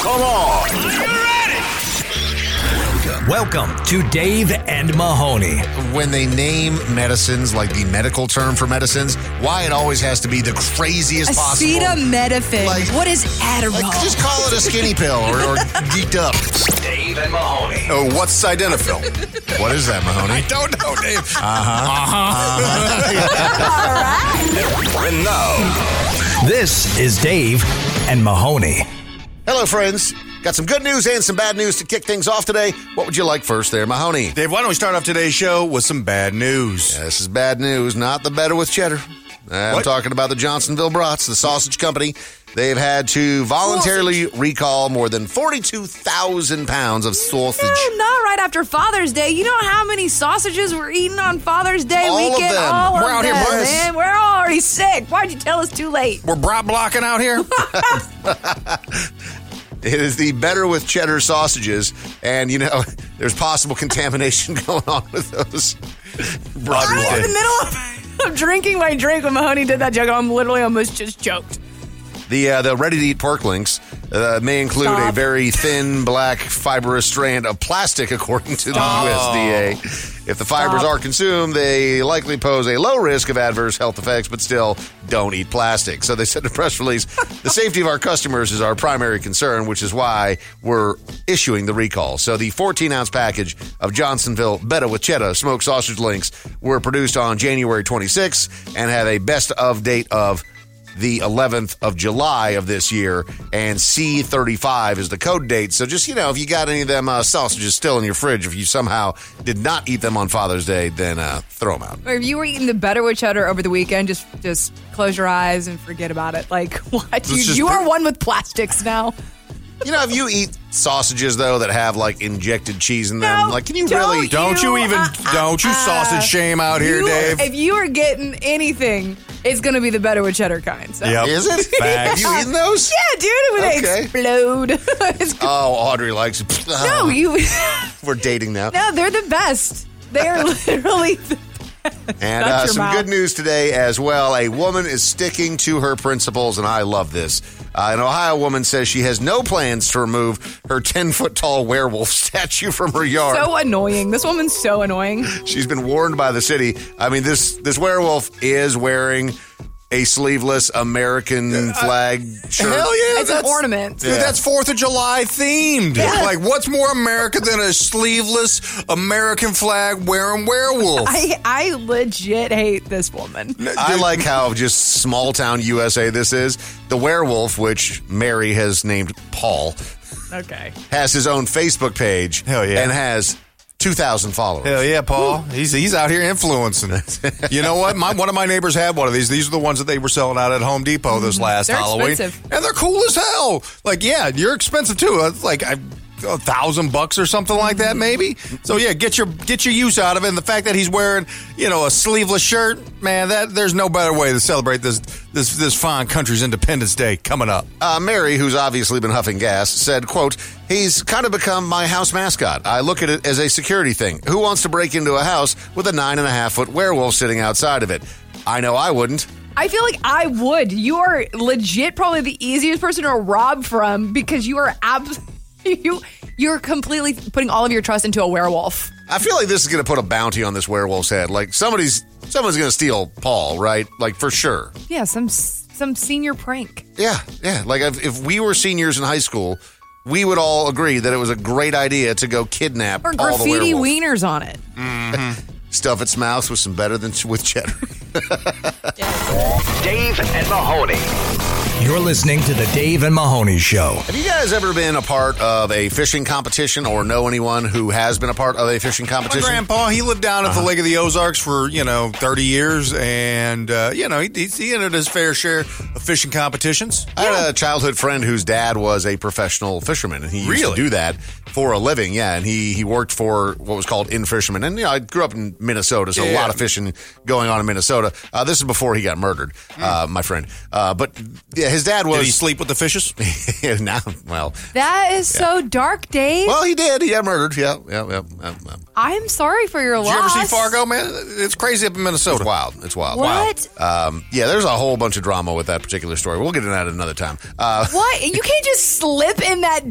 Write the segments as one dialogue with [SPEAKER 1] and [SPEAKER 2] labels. [SPEAKER 1] Come on.
[SPEAKER 2] Welcome to Dave and Mahoney.
[SPEAKER 3] when they name medicines, like the medical term for medicines, why it always has to be the craziest possible.
[SPEAKER 4] Acetaminophen.
[SPEAKER 3] Like-
[SPEAKER 4] what is
[SPEAKER 3] Like,
[SPEAKER 4] Adderall?
[SPEAKER 3] just call it a skinny pill or, or geeked up.
[SPEAKER 2] Dave and Mahoney.
[SPEAKER 1] Oh, what's Sildenafil?
[SPEAKER 3] What is that, Mahoney? Uh-huh.
[SPEAKER 1] Don't know, Dave.
[SPEAKER 2] And now, this is Dave and Mahoney.
[SPEAKER 3] Hello, friends. Got some good news and some bad news to kick things off today. What would you like first, there, Mahoney?
[SPEAKER 1] Dave, why don't we start off today's show with some bad news?
[SPEAKER 3] This is bad news, not the better with cheddar. I'm
[SPEAKER 1] What?
[SPEAKER 3] talking about the Johnsonville Brats, the sausage company. They've had to voluntarily recall more than 42,000 pounds of sausage.
[SPEAKER 4] no, not right after Father's Day. You know how many sausages we're eating on Father's Day
[SPEAKER 3] All of
[SPEAKER 4] weekend?
[SPEAKER 3] them.
[SPEAKER 4] All
[SPEAKER 1] We're
[SPEAKER 4] of
[SPEAKER 1] out here
[SPEAKER 4] them,
[SPEAKER 1] buying-
[SPEAKER 4] man. We're all already sick. Why'd you tell us too late?
[SPEAKER 1] We're brat blocking out here.
[SPEAKER 3] It is the better with cheddar sausages, and you know there's possible contamination going on with those.
[SPEAKER 4] I was in the middle of, of drinking my drink when Mahoney did that joke. I'm literally almost just choked.
[SPEAKER 3] The uh, the ready to eat pork links uh, may include a
[SPEAKER 4] Stop.
[SPEAKER 3] very thin black fibrous strand of plastic, according to the USDA. If the fibers
[SPEAKER 4] Stop.
[SPEAKER 3] are consumed, they likely pose a low risk of adverse health effects, but still don't eat plastic. So they said in a press release, the safety of our customers is our primary concern, which is why we're issuing the recall. So the 14 ounce package of Johnsonville Betta with Cheddar smoked sausage links were produced on January 26th and have a best of date of the 11th of July of this year, and C35 is the code date. So just you know, if you got any of them uh, sausages still in your fridge, if you somehow did not eat them on Father's Day, then uh, throw them out.
[SPEAKER 4] Or if you were eating the better with cheddar over the weekend, just just close your eyes and forget about it. Like what? You,
[SPEAKER 3] just
[SPEAKER 4] you
[SPEAKER 3] put-
[SPEAKER 4] are one with plastics now.
[SPEAKER 3] You know, if you eat sausages though that have like injected cheese in them,
[SPEAKER 4] No,
[SPEAKER 3] like can you
[SPEAKER 4] don't
[SPEAKER 3] really?
[SPEAKER 1] Don't you even,
[SPEAKER 4] uh, uh,
[SPEAKER 1] don't you
[SPEAKER 4] uh.
[SPEAKER 1] sausage shame out here,
[SPEAKER 4] You-
[SPEAKER 1] Dave.
[SPEAKER 4] If you are getting anything, it's gonna be the better with cheddar kind. So.
[SPEAKER 1] Yep.
[SPEAKER 3] Is it?
[SPEAKER 1] Facts.
[SPEAKER 3] You eating those?
[SPEAKER 4] Yeah, dude, it would
[SPEAKER 3] Okay.
[SPEAKER 4] explode. It's-
[SPEAKER 3] Oh, Audrey likes. It.
[SPEAKER 1] Uh-huh.
[SPEAKER 4] no, you.
[SPEAKER 3] We're dating now.
[SPEAKER 4] No, they're the best. They're literally. The,
[SPEAKER 3] And
[SPEAKER 4] Shut
[SPEAKER 3] uh,
[SPEAKER 4] your
[SPEAKER 3] some
[SPEAKER 4] mouth.
[SPEAKER 3] good news today as well. A woman is sticking to her principles, and I love this. Uh, an Ohio woman says she has no plans to remove her 10 foot tall werewolf statue from her yard.
[SPEAKER 4] so annoying. This woman's so annoying.
[SPEAKER 3] She's been warned by the city. I mean, this, this werewolf is wearing a sleeveless American
[SPEAKER 4] Uh,
[SPEAKER 3] flag shirt.
[SPEAKER 1] Hell yeah.
[SPEAKER 4] It's an
[SPEAKER 1] that's-
[SPEAKER 4] ornament.
[SPEAKER 1] Dude,
[SPEAKER 3] Yeah.
[SPEAKER 1] that's Fourth of July themed.
[SPEAKER 4] Yeah.
[SPEAKER 1] Like, what's more American than a sleeveless American flag wearing werewolf?
[SPEAKER 4] I I legit hate this woman.
[SPEAKER 3] I like how just small town USA this is. The werewolf, which Mary has named Paul,
[SPEAKER 4] Okay.
[SPEAKER 3] has his own Facebook page
[SPEAKER 1] Hell yeah.
[SPEAKER 3] and has 2,000 followers.
[SPEAKER 1] Hell yeah, Paul. He's he's out here influencing. you know what? My, one of my neighbors had one of these. These are the ones that they were selling out at Home Depot this last
[SPEAKER 4] Mm-hmm. They're
[SPEAKER 1] Halloween,
[SPEAKER 4] expensive.
[SPEAKER 1] and they're cool as hell. Like, yeah, you're expensive too. It's Like, I, a thousand bucks or something like that, maybe. So yeah, get your get your use out of it. And the fact that he's wearing you know a sleeveless shirt, man, that there's no better way to celebrate this this this fine country's Independence Day coming up.
[SPEAKER 3] Uh, Mary, who's obviously been huffing gas, said, quote, he's kind of become my house mascot. I look at it as a security thing. Who wants to break into a house with a nine and a half foot werewolf sitting outside of it? I know I wouldn't.
[SPEAKER 4] I feel like I would. You are legit probably the easiest person to rob from because you are abs you you're completely putting all of your trust into a werewolf.
[SPEAKER 3] I feel like this is going to put a bounty on this werewolf's head. Like somebody's someone's going to steal Paul, right? Like for sure.
[SPEAKER 4] Yeah, some some senior prank.
[SPEAKER 3] Yeah, yeah. Like if, if we were seniors in high school, we would all agree that it was a great idea to go kidnap
[SPEAKER 4] Or
[SPEAKER 3] Paul the
[SPEAKER 4] graffiti
[SPEAKER 3] werewolf.
[SPEAKER 4] wieners on it.
[SPEAKER 3] Stuff its mouth with some better than with cheddar.
[SPEAKER 2] Dave and Mahoney. You're listening to the Dave and Mahoney Show.
[SPEAKER 3] Have you guys ever been a part of a fishing competition or know anyone who has been a part of a fishing
[SPEAKER 1] My
[SPEAKER 3] competition?
[SPEAKER 1] grandpa, he lived down at the Lake of the Ozarks for you know thirty years, and uh, you know he, he, he entered his fair share of fishing competitions.
[SPEAKER 3] I had a childhood friend whose dad was a professional fisherman, and he used
[SPEAKER 1] Really?
[SPEAKER 3] to do that for a living. Yeah, and he he worked for what was called in fishermen. And you know, I grew up in Minnesota, so a
[SPEAKER 1] Yeah.
[SPEAKER 3] lot of fishing going on in Minnesota. Uh, this is before he got murdered, uh, my friend. Uh, but yeah, Yeah, his dad was.
[SPEAKER 1] Hmm. Did he sleep with the fishes?
[SPEAKER 3] now, well,
[SPEAKER 4] That is so dark, Dave.
[SPEAKER 3] well, he did. He got murdered. Yeah, yeah, yeah. yeah, yeah.
[SPEAKER 4] I'm sorry for your
[SPEAKER 1] Did you ever
[SPEAKER 4] loss.
[SPEAKER 1] see Fargo, man? It's crazy up in
[SPEAKER 3] It's
[SPEAKER 1] Minnesota.
[SPEAKER 3] wild. It's wild.
[SPEAKER 4] What?
[SPEAKER 3] Um, yeah, there's a whole bunch of drama with that particular story. We'll get into that another time. Uh,
[SPEAKER 4] What? You can't just slip in that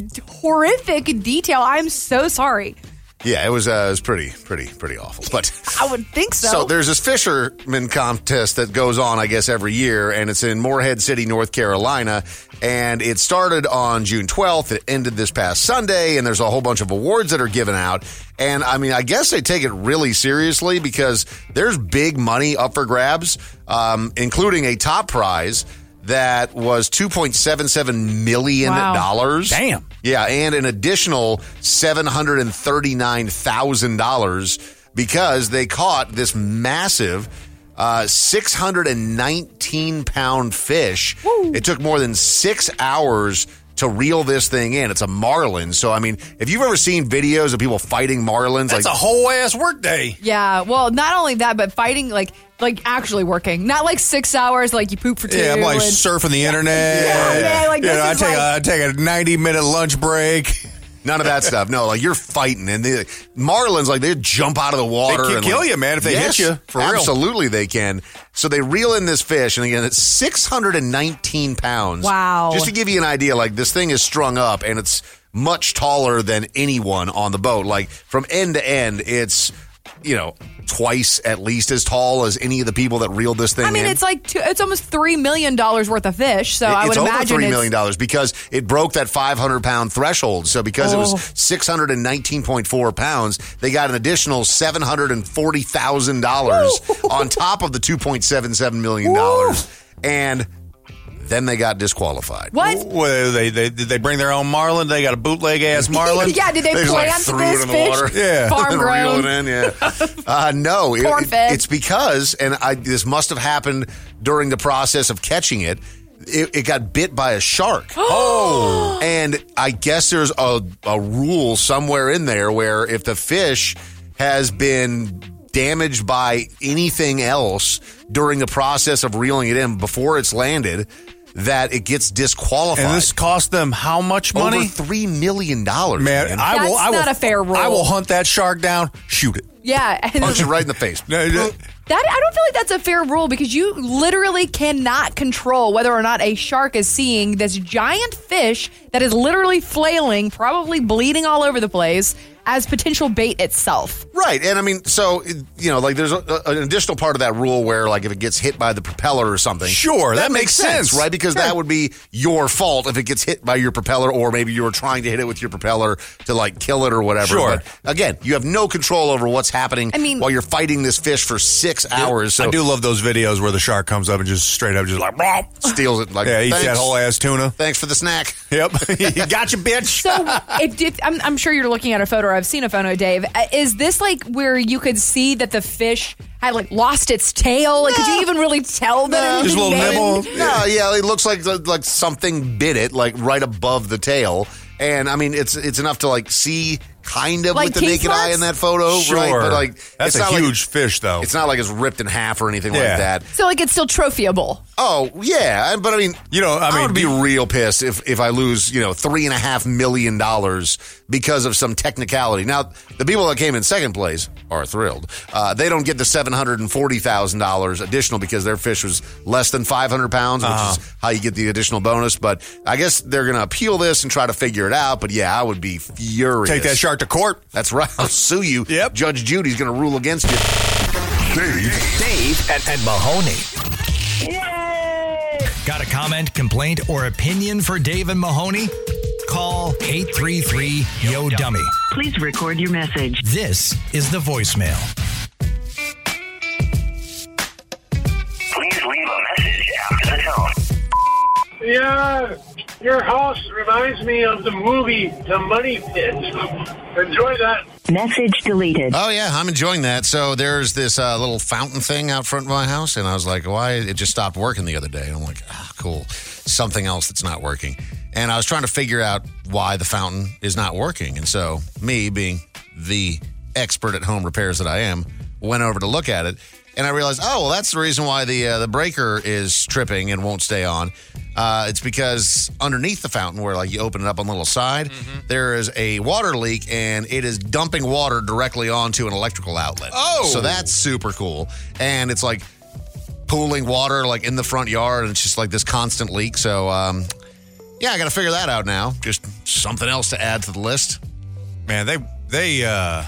[SPEAKER 4] horrific detail. I'm so sorry.
[SPEAKER 3] yeah, it was uh, it was pretty, pretty, pretty awful. But
[SPEAKER 4] I would think so.
[SPEAKER 3] So there's this fisherman contest that goes on, I guess, every year, and it's in Moorhead City, North Carolina. And it started on June 12th. It ended this past Sunday, and there's a whole bunch of awards that are given out. And I mean, I guess they take it really seriously because there's big money up for grabs, um, including a top prize that was 2.77 million
[SPEAKER 4] Wow.
[SPEAKER 3] dollars.
[SPEAKER 2] Damn.
[SPEAKER 3] Yeah, and an additional seven hundred and thirty nine thousand dollars because they caught this massive uh, six hundred and nineteen pound fish. It took more than six hours to reel this thing in. It's a marlin, so I mean, if you've ever seen videos of people fighting marlins,
[SPEAKER 1] That's
[SPEAKER 3] like
[SPEAKER 1] a whole ass workday.
[SPEAKER 4] yeah. Well, not only that, but fighting like like actually working, not like six hours. Like you poop for two.
[SPEAKER 1] Yeah, I'm like
[SPEAKER 4] and-
[SPEAKER 1] surfing the internet.
[SPEAKER 4] Yeah, man, like,
[SPEAKER 1] You
[SPEAKER 4] this
[SPEAKER 1] know, I
[SPEAKER 4] is
[SPEAKER 1] take
[SPEAKER 4] like-
[SPEAKER 1] a, I take a 90 minute lunch break.
[SPEAKER 3] none of that stuff. No, like you're fighting, and the marlins like they jump out of the water.
[SPEAKER 1] can
[SPEAKER 3] and,
[SPEAKER 1] kill
[SPEAKER 3] like-
[SPEAKER 1] you, man, if they
[SPEAKER 3] Yes,
[SPEAKER 1] hit you, for real.
[SPEAKER 3] absolutely, they can. So they reel in this fish, and again, it's 619 pounds.
[SPEAKER 4] Wow.
[SPEAKER 3] Just to give you an idea, like this thing is strung up, and it's much taller than anyone on the boat. Like from end to end, it's you know twice at least as tall as any of the people that reeled this thing.
[SPEAKER 4] I mean,
[SPEAKER 3] in.
[SPEAKER 4] it's like two, it's almost three million dollars worth of fish. So
[SPEAKER 3] It-
[SPEAKER 4] I would
[SPEAKER 3] it's over
[SPEAKER 4] imagine
[SPEAKER 3] three
[SPEAKER 4] it's,
[SPEAKER 3] million dollars because it broke that five hundred pound threshold. So because it
[SPEAKER 4] Oh.
[SPEAKER 3] was six hundred and nineteen point four pounds, they got an additional seven hundred and forty thousand dollars on top of the two point seven seven million dollars, and then they got disqualified.
[SPEAKER 4] What?
[SPEAKER 1] Well, they, they, did they bring their own Marlin? They got a bootleg ass Marlin?
[SPEAKER 4] yeah. Did they,
[SPEAKER 3] They just, like,
[SPEAKER 4] plant
[SPEAKER 3] threw it
[SPEAKER 4] this
[SPEAKER 3] in the
[SPEAKER 4] fish?
[SPEAKER 3] water.
[SPEAKER 1] Yeah.
[SPEAKER 4] Farm
[SPEAKER 3] Reel
[SPEAKER 4] grown.
[SPEAKER 3] it in, yeah. Uh, no, it-
[SPEAKER 4] Corn
[SPEAKER 3] it-
[SPEAKER 4] fed.
[SPEAKER 3] it's because, and I, this must have happened during the process of catching it. It, it got bit by a shark. oh, and I guess there's a a rule somewhere in there where if the fish has been damaged by anything else during the process of reeling it in before it's landed, that it gets disqualified.
[SPEAKER 1] And this cost them how much money?
[SPEAKER 3] Over three million dollars,
[SPEAKER 1] man,
[SPEAKER 3] man.
[SPEAKER 1] I will.
[SPEAKER 4] That's
[SPEAKER 1] I will,
[SPEAKER 4] not a fair rule.
[SPEAKER 1] I will hunt that shark down, shoot it.
[SPEAKER 4] Yeah. And
[SPEAKER 3] punch it right in the face.
[SPEAKER 1] No, no.
[SPEAKER 4] That I don't feel like that's a fair rule because you literally cannot control whether or not a shark is seeing this giant fish that is literally flailing, probably bleeding all over the place, as potential bait itself.
[SPEAKER 3] Right, and I mean, so you know, like there's a, a- an additional part of that rule where, like, if it gets hit by the propeller or something,
[SPEAKER 1] Sure, that makes sense.
[SPEAKER 3] right? Because that would be your fault if it gets hit by your propeller, or maybe you were trying to hit it with your propeller to like kill it or whatever.
[SPEAKER 1] Sure.
[SPEAKER 3] But again, you have no control over what's happening.
[SPEAKER 4] I mean-
[SPEAKER 3] while you're fighting this fish for six hours, so
[SPEAKER 1] I do love those videos where the shark comes up and just straight up, just like, "Brom."
[SPEAKER 3] steals it. Like,
[SPEAKER 1] yeah, eats
[SPEAKER 3] thanks,
[SPEAKER 1] that whole ass tuna.
[SPEAKER 3] thanks for the snack.
[SPEAKER 1] Yep, you got you, bitch.
[SPEAKER 4] So, it, it, I'm, I'm sure you're looking at a photo. I've seen a photo, Dave. Uh, Is this like where you could see that the fish had like lost its tail? Like, could you even really tell that? it was
[SPEAKER 1] Just a little
[SPEAKER 4] dead?
[SPEAKER 1] nibble.
[SPEAKER 3] No, yeah, it looks like like something bit it, like right above the tail. And I mean, it's it's enough to like see kind of
[SPEAKER 4] Like
[SPEAKER 3] with the
[SPEAKER 4] teeth
[SPEAKER 3] naked eye
[SPEAKER 4] marks?
[SPEAKER 3] in that photo, right? But like,
[SPEAKER 1] that's
[SPEAKER 3] it's
[SPEAKER 1] a
[SPEAKER 3] not like-
[SPEAKER 1] huge fish, though.
[SPEAKER 3] it's not like it's ripped in half or anything
[SPEAKER 1] Yeah.
[SPEAKER 3] like that.
[SPEAKER 4] So, like, it's still trophyable.
[SPEAKER 3] Oh yeah, I- but I mean,
[SPEAKER 1] You know, I mean,
[SPEAKER 3] would be real pissed if if I lose, you know, three and a half million dollars because of some technicality. Now, the people that came in second place are thrilled. Uh, they don't get the seven hundred and forty thousand dollars additional because their fish was less than five hundred pounds, which
[SPEAKER 1] Uh-huh.
[SPEAKER 3] is how you get the additional bonus. But I guess they're going to appeal this and try to figure it out. But yeah, I would be furious.
[SPEAKER 1] Take that shark to court.
[SPEAKER 3] That's right. I'll sue you.
[SPEAKER 1] Yep.
[SPEAKER 3] Judge Judy's going to rule against you.
[SPEAKER 2] Dave and, and Mahoney. Got a comment, complaint, or opinion for Dave and Mahoney? Call 833 Yo Dummy.
[SPEAKER 5] Please record your message.
[SPEAKER 2] This is the voicemail.
[SPEAKER 6] Please leave a message after the tone.
[SPEAKER 7] Yeah, your house reminds me of the movie The Money Pit. Enjoy that.
[SPEAKER 5] Message deleted.
[SPEAKER 3] Oh yeah, I'm enjoying that. So there's this uh, little fountain thing out front of my house, and I was like, "Why?" It just stopped working the other day. And I'm like, "Ah, cool, something else that's not working." And I was trying to figure out why the fountain is not working. And so, me being the expert at home repairs that I am, went over to look at it, and I realized, oh, well, that's the reason why the uh, the breaker is tripping and won't stay on. Uh, it's because underneath the fountain, where like you open it up on the little side, there is a water leak, and it is dumping water directly onto an electrical outlet.
[SPEAKER 1] Oh.
[SPEAKER 3] so that's super cool, and it's like pooling water like in the front yard, and it's just like this constant leak. So, um, yeah, I got to figure that out now. Just something else to add to the list.
[SPEAKER 1] man they they uh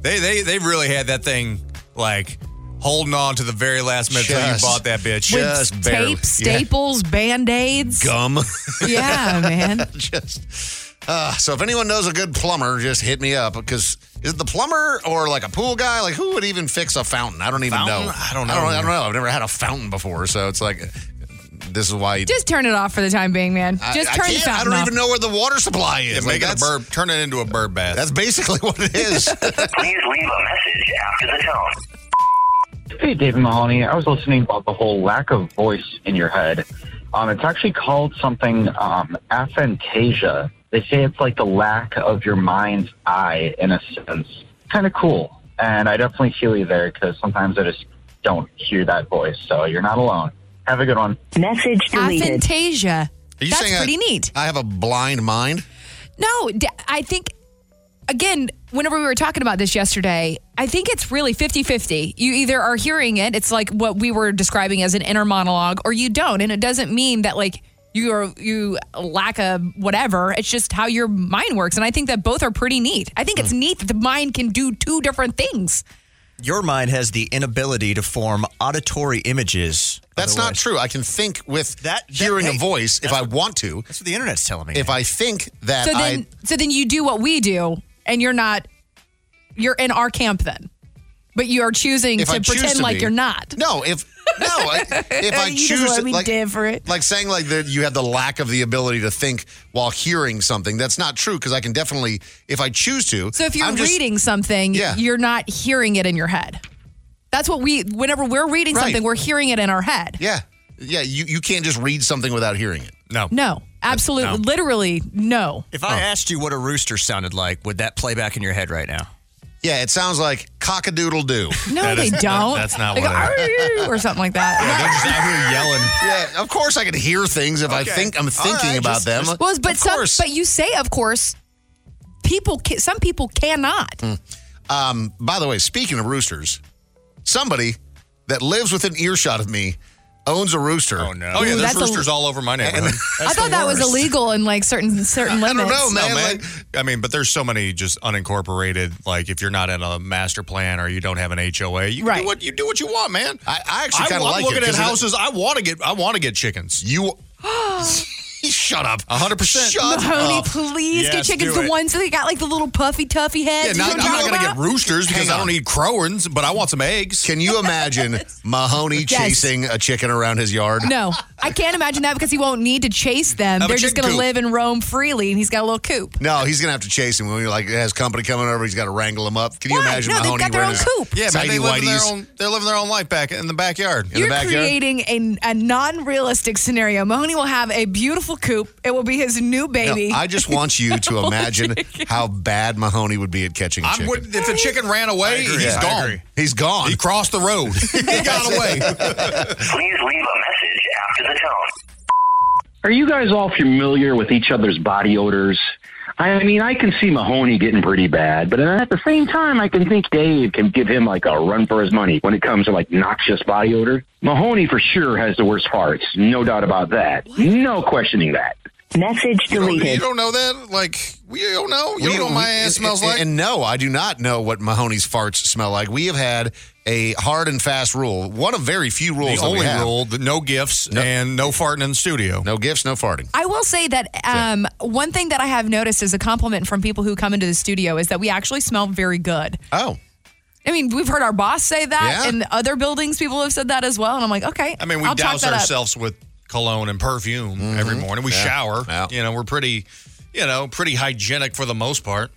[SPEAKER 1] they they they really had that thing like holding on to the very last minute till you
[SPEAKER 3] Just-
[SPEAKER 1] bought that bitch
[SPEAKER 4] With
[SPEAKER 3] Just
[SPEAKER 4] tape,
[SPEAKER 3] barely. Yeah.
[SPEAKER 4] staples, band aids.
[SPEAKER 3] Gum.
[SPEAKER 4] Yeah, man.
[SPEAKER 3] just uh, so if anyone knows a good plumber, just hit me up because is it the plumber or like a pool guy? Like who would even fix a fountain? I don't even
[SPEAKER 1] Fountain?
[SPEAKER 3] know.
[SPEAKER 1] I don't
[SPEAKER 3] I don't,
[SPEAKER 1] know.
[SPEAKER 3] know. I've never had a fountain before, so it's like this is why. You,
[SPEAKER 4] Just turn it off for the time being, man.
[SPEAKER 3] I-
[SPEAKER 4] Just
[SPEAKER 3] I,
[SPEAKER 4] turn the
[SPEAKER 3] can't- I
[SPEAKER 4] fountain
[SPEAKER 3] don't
[SPEAKER 4] off.
[SPEAKER 3] even know where the water supply is.
[SPEAKER 1] yeah,
[SPEAKER 3] Like,
[SPEAKER 1] make it a
[SPEAKER 3] that's,
[SPEAKER 1] bird turn it into a bird bath
[SPEAKER 3] that's basically what it is.
[SPEAKER 6] Please leave a message after the tone.
[SPEAKER 8] Hey, David Mahoney. I was listening about the whole lack of voice in your head. Um, it's actually called something um, aphantasia. They say it's like the lack of your mind's eye, in a sense. Kind of cool. And I definitely feel you there because sometimes I just don't hear that voice. So you're not alone. Have a good one.
[SPEAKER 5] Message deleted.
[SPEAKER 4] Aphantasia.
[SPEAKER 3] Are you
[SPEAKER 4] That's
[SPEAKER 3] saying I-
[SPEAKER 4] pretty neat.
[SPEAKER 3] I have a blind mind.
[SPEAKER 4] No, d- I think, again, whenever we were talking about this yesterday, I think it's really 50 50. You either are hearing it, it's like what we were describing as an inner monologue, or you don't. And it doesn't mean that, like, you are you lack a whatever. It's just how your mind works, and I think that both are pretty neat. I think it's
[SPEAKER 3] Hmm.
[SPEAKER 4] neat that the mind can do two different things.
[SPEAKER 9] Your mind has the inability to form auditory images.
[SPEAKER 3] That's not
[SPEAKER 9] Otherwise-
[SPEAKER 3] true. I can think with
[SPEAKER 9] That- that-
[SPEAKER 3] hearing
[SPEAKER 9] hey,
[SPEAKER 3] a voice if
[SPEAKER 9] that's
[SPEAKER 3] I want to.
[SPEAKER 9] That's what the internet's telling me.
[SPEAKER 3] If I think that
[SPEAKER 4] So
[SPEAKER 3] I
[SPEAKER 4] then, so then you do what we do, and you're not. You're in our camp then, but you are choosing
[SPEAKER 3] if
[SPEAKER 4] to
[SPEAKER 3] I choose
[SPEAKER 4] pretend
[SPEAKER 3] to
[SPEAKER 4] like
[SPEAKER 3] be-
[SPEAKER 4] you're not.
[SPEAKER 3] No, if no, I, if I
[SPEAKER 4] You just
[SPEAKER 3] choose
[SPEAKER 4] wanna
[SPEAKER 3] to-
[SPEAKER 4] be
[SPEAKER 3] like,
[SPEAKER 4] different.
[SPEAKER 3] like saying like that you have the lack of the ability to think while hearing something. That's not true because I can definitely, if I choose to.
[SPEAKER 4] So if you're
[SPEAKER 3] I'm just-
[SPEAKER 4] reading something,
[SPEAKER 3] Yeah.
[SPEAKER 4] you're not hearing it in your head. That's what we. Whenever we're reading
[SPEAKER 3] Right.
[SPEAKER 4] something, we're hearing it in our head.
[SPEAKER 3] yeah, yeah, you you can't just read something without hearing it.
[SPEAKER 1] no
[SPEAKER 4] No, absolutely, literally, no.
[SPEAKER 9] if I asked you what a rooster sounded like, would that play back in your head right now?
[SPEAKER 3] Yeah, it sounds like cockadoodle doo.
[SPEAKER 4] No,
[SPEAKER 1] That
[SPEAKER 4] they
[SPEAKER 1] is-
[SPEAKER 4] don't.
[SPEAKER 1] that's not
[SPEAKER 4] They go,
[SPEAKER 1] what it
[SPEAKER 4] "Arr," or something like that.
[SPEAKER 1] they're just out here yelling
[SPEAKER 3] yeah, of course I can hear things if I think I'm thinking
[SPEAKER 9] right,
[SPEAKER 3] about
[SPEAKER 9] just-
[SPEAKER 3] them.
[SPEAKER 4] Well, but
[SPEAKER 3] of
[SPEAKER 4] some,
[SPEAKER 3] course.
[SPEAKER 4] but you say, of course, people. Ca- some people cannot.
[SPEAKER 3] Mm. Um, by the way, speaking of roosters, somebody that lives within earshot of me owns a rooster.
[SPEAKER 9] Oh, no.
[SPEAKER 1] oh yeah
[SPEAKER 4] Ooh,
[SPEAKER 1] there's
[SPEAKER 4] that's a-
[SPEAKER 1] roosters all over my neighborhood
[SPEAKER 4] I thought that was
[SPEAKER 9] worst.
[SPEAKER 4] illegal in like certain certain
[SPEAKER 3] I
[SPEAKER 4] limits.
[SPEAKER 3] don't know, man.
[SPEAKER 1] No, man.
[SPEAKER 3] Like,
[SPEAKER 1] I mean, but there's so many just unincorporated. Like, if you're not in a master plan or you don't have an HOA, you can
[SPEAKER 4] Right.
[SPEAKER 1] do what you do what you want, man.
[SPEAKER 3] I, I actually
[SPEAKER 1] I,
[SPEAKER 3] kind
[SPEAKER 1] am
[SPEAKER 3] of like it
[SPEAKER 1] looking at
[SPEAKER 3] 'cause of the-
[SPEAKER 1] houses. I want to get. I want to get chickens.
[SPEAKER 3] You shut up.
[SPEAKER 1] 100%.
[SPEAKER 3] Shut
[SPEAKER 4] Mahoney,
[SPEAKER 1] Oh.
[SPEAKER 3] up.
[SPEAKER 4] please get
[SPEAKER 9] Yes,
[SPEAKER 4] chickens.
[SPEAKER 9] do
[SPEAKER 4] The
[SPEAKER 9] it.
[SPEAKER 4] ones that got like the little puffy tuffy
[SPEAKER 1] Yeah,
[SPEAKER 4] heads.
[SPEAKER 1] not,
[SPEAKER 4] You
[SPEAKER 1] I'm
[SPEAKER 4] know
[SPEAKER 1] not
[SPEAKER 4] what I'm
[SPEAKER 1] going to get
[SPEAKER 4] talking about?
[SPEAKER 1] roosters because
[SPEAKER 3] Hang
[SPEAKER 1] I don't
[SPEAKER 3] on.
[SPEAKER 1] eat crowins, but I want some eggs.
[SPEAKER 3] Can you imagine Mahoney chasing a chicken around his yard?
[SPEAKER 4] No, I can't imagine that because he won't need to chase them.
[SPEAKER 1] Have a
[SPEAKER 4] They're just
[SPEAKER 1] chicken
[SPEAKER 4] going to
[SPEAKER 1] coop.
[SPEAKER 4] live and roam freely, and he's got a little coop.
[SPEAKER 3] No, he's gonna have to chase him when he like has company coming over. He's got to wrangle him up. Can you
[SPEAKER 4] Why?
[SPEAKER 3] imagine
[SPEAKER 4] No, they've
[SPEAKER 3] Mahoney
[SPEAKER 4] got their
[SPEAKER 3] wearing
[SPEAKER 4] own
[SPEAKER 3] his
[SPEAKER 4] coop.
[SPEAKER 1] Yeah, man,
[SPEAKER 3] tidy
[SPEAKER 1] they live in their
[SPEAKER 3] whiteys?
[SPEAKER 1] own. They're living their own life back in the backyard.
[SPEAKER 3] the
[SPEAKER 4] You're
[SPEAKER 3] backyard?
[SPEAKER 4] creating a, a non-realistic scenario. Mahoney will have a beautiful coop. It will be his new
[SPEAKER 3] No,
[SPEAKER 4] baby.
[SPEAKER 3] I just want you to imagine how bad Mahoney would be at catching a
[SPEAKER 1] I
[SPEAKER 3] chicken.
[SPEAKER 1] would, if the chicken ran away,
[SPEAKER 3] Yeah,
[SPEAKER 1] he's
[SPEAKER 3] I
[SPEAKER 1] gone.
[SPEAKER 3] agree. He's gone.
[SPEAKER 1] He crossed the road. he got away.
[SPEAKER 6] Please leave a message after the tone.
[SPEAKER 8] Are you guys all familiar with each other's body odors? I mean, I can see Mahoney getting pretty bad, but at the same time, I can think Dave can give him like a run for his money when it comes to like noxious body odor. Mahoney for sure has the worst farts, no doubt about that. No questioning that.
[SPEAKER 5] Message
[SPEAKER 1] You don't, you
[SPEAKER 5] deleted.
[SPEAKER 1] don't know that? Like, we don't know.
[SPEAKER 3] We-
[SPEAKER 1] You don't know what my
[SPEAKER 3] we-
[SPEAKER 1] ass
[SPEAKER 3] and-
[SPEAKER 1] smells
[SPEAKER 3] and-
[SPEAKER 1] like.
[SPEAKER 3] And no, I do not know what Mahoney's farts smell like. We have had a hard and fast rule. One of very few rules.
[SPEAKER 1] the
[SPEAKER 3] that we
[SPEAKER 1] only
[SPEAKER 3] have.
[SPEAKER 1] rule: that no gifts and no farting in the studio.
[SPEAKER 3] No gifts, no farting.
[SPEAKER 4] I will say that um, one thing that I have noticed is a compliment from people who come into the studio is that we actually smell very good.
[SPEAKER 3] Oh.
[SPEAKER 4] I mean, we've heard our boss say that,
[SPEAKER 3] Yeah.
[SPEAKER 4] and other buildings people have said that as well. And I'm like, okay.
[SPEAKER 1] I mean, we
[SPEAKER 4] I'll chalk
[SPEAKER 1] douse
[SPEAKER 4] that up.
[SPEAKER 1] ourselves with cologne and perfume every morning. We shower.
[SPEAKER 3] Mm-hmm. Yeah.
[SPEAKER 1] You know, we're pretty, you know, pretty hygienic for the most part.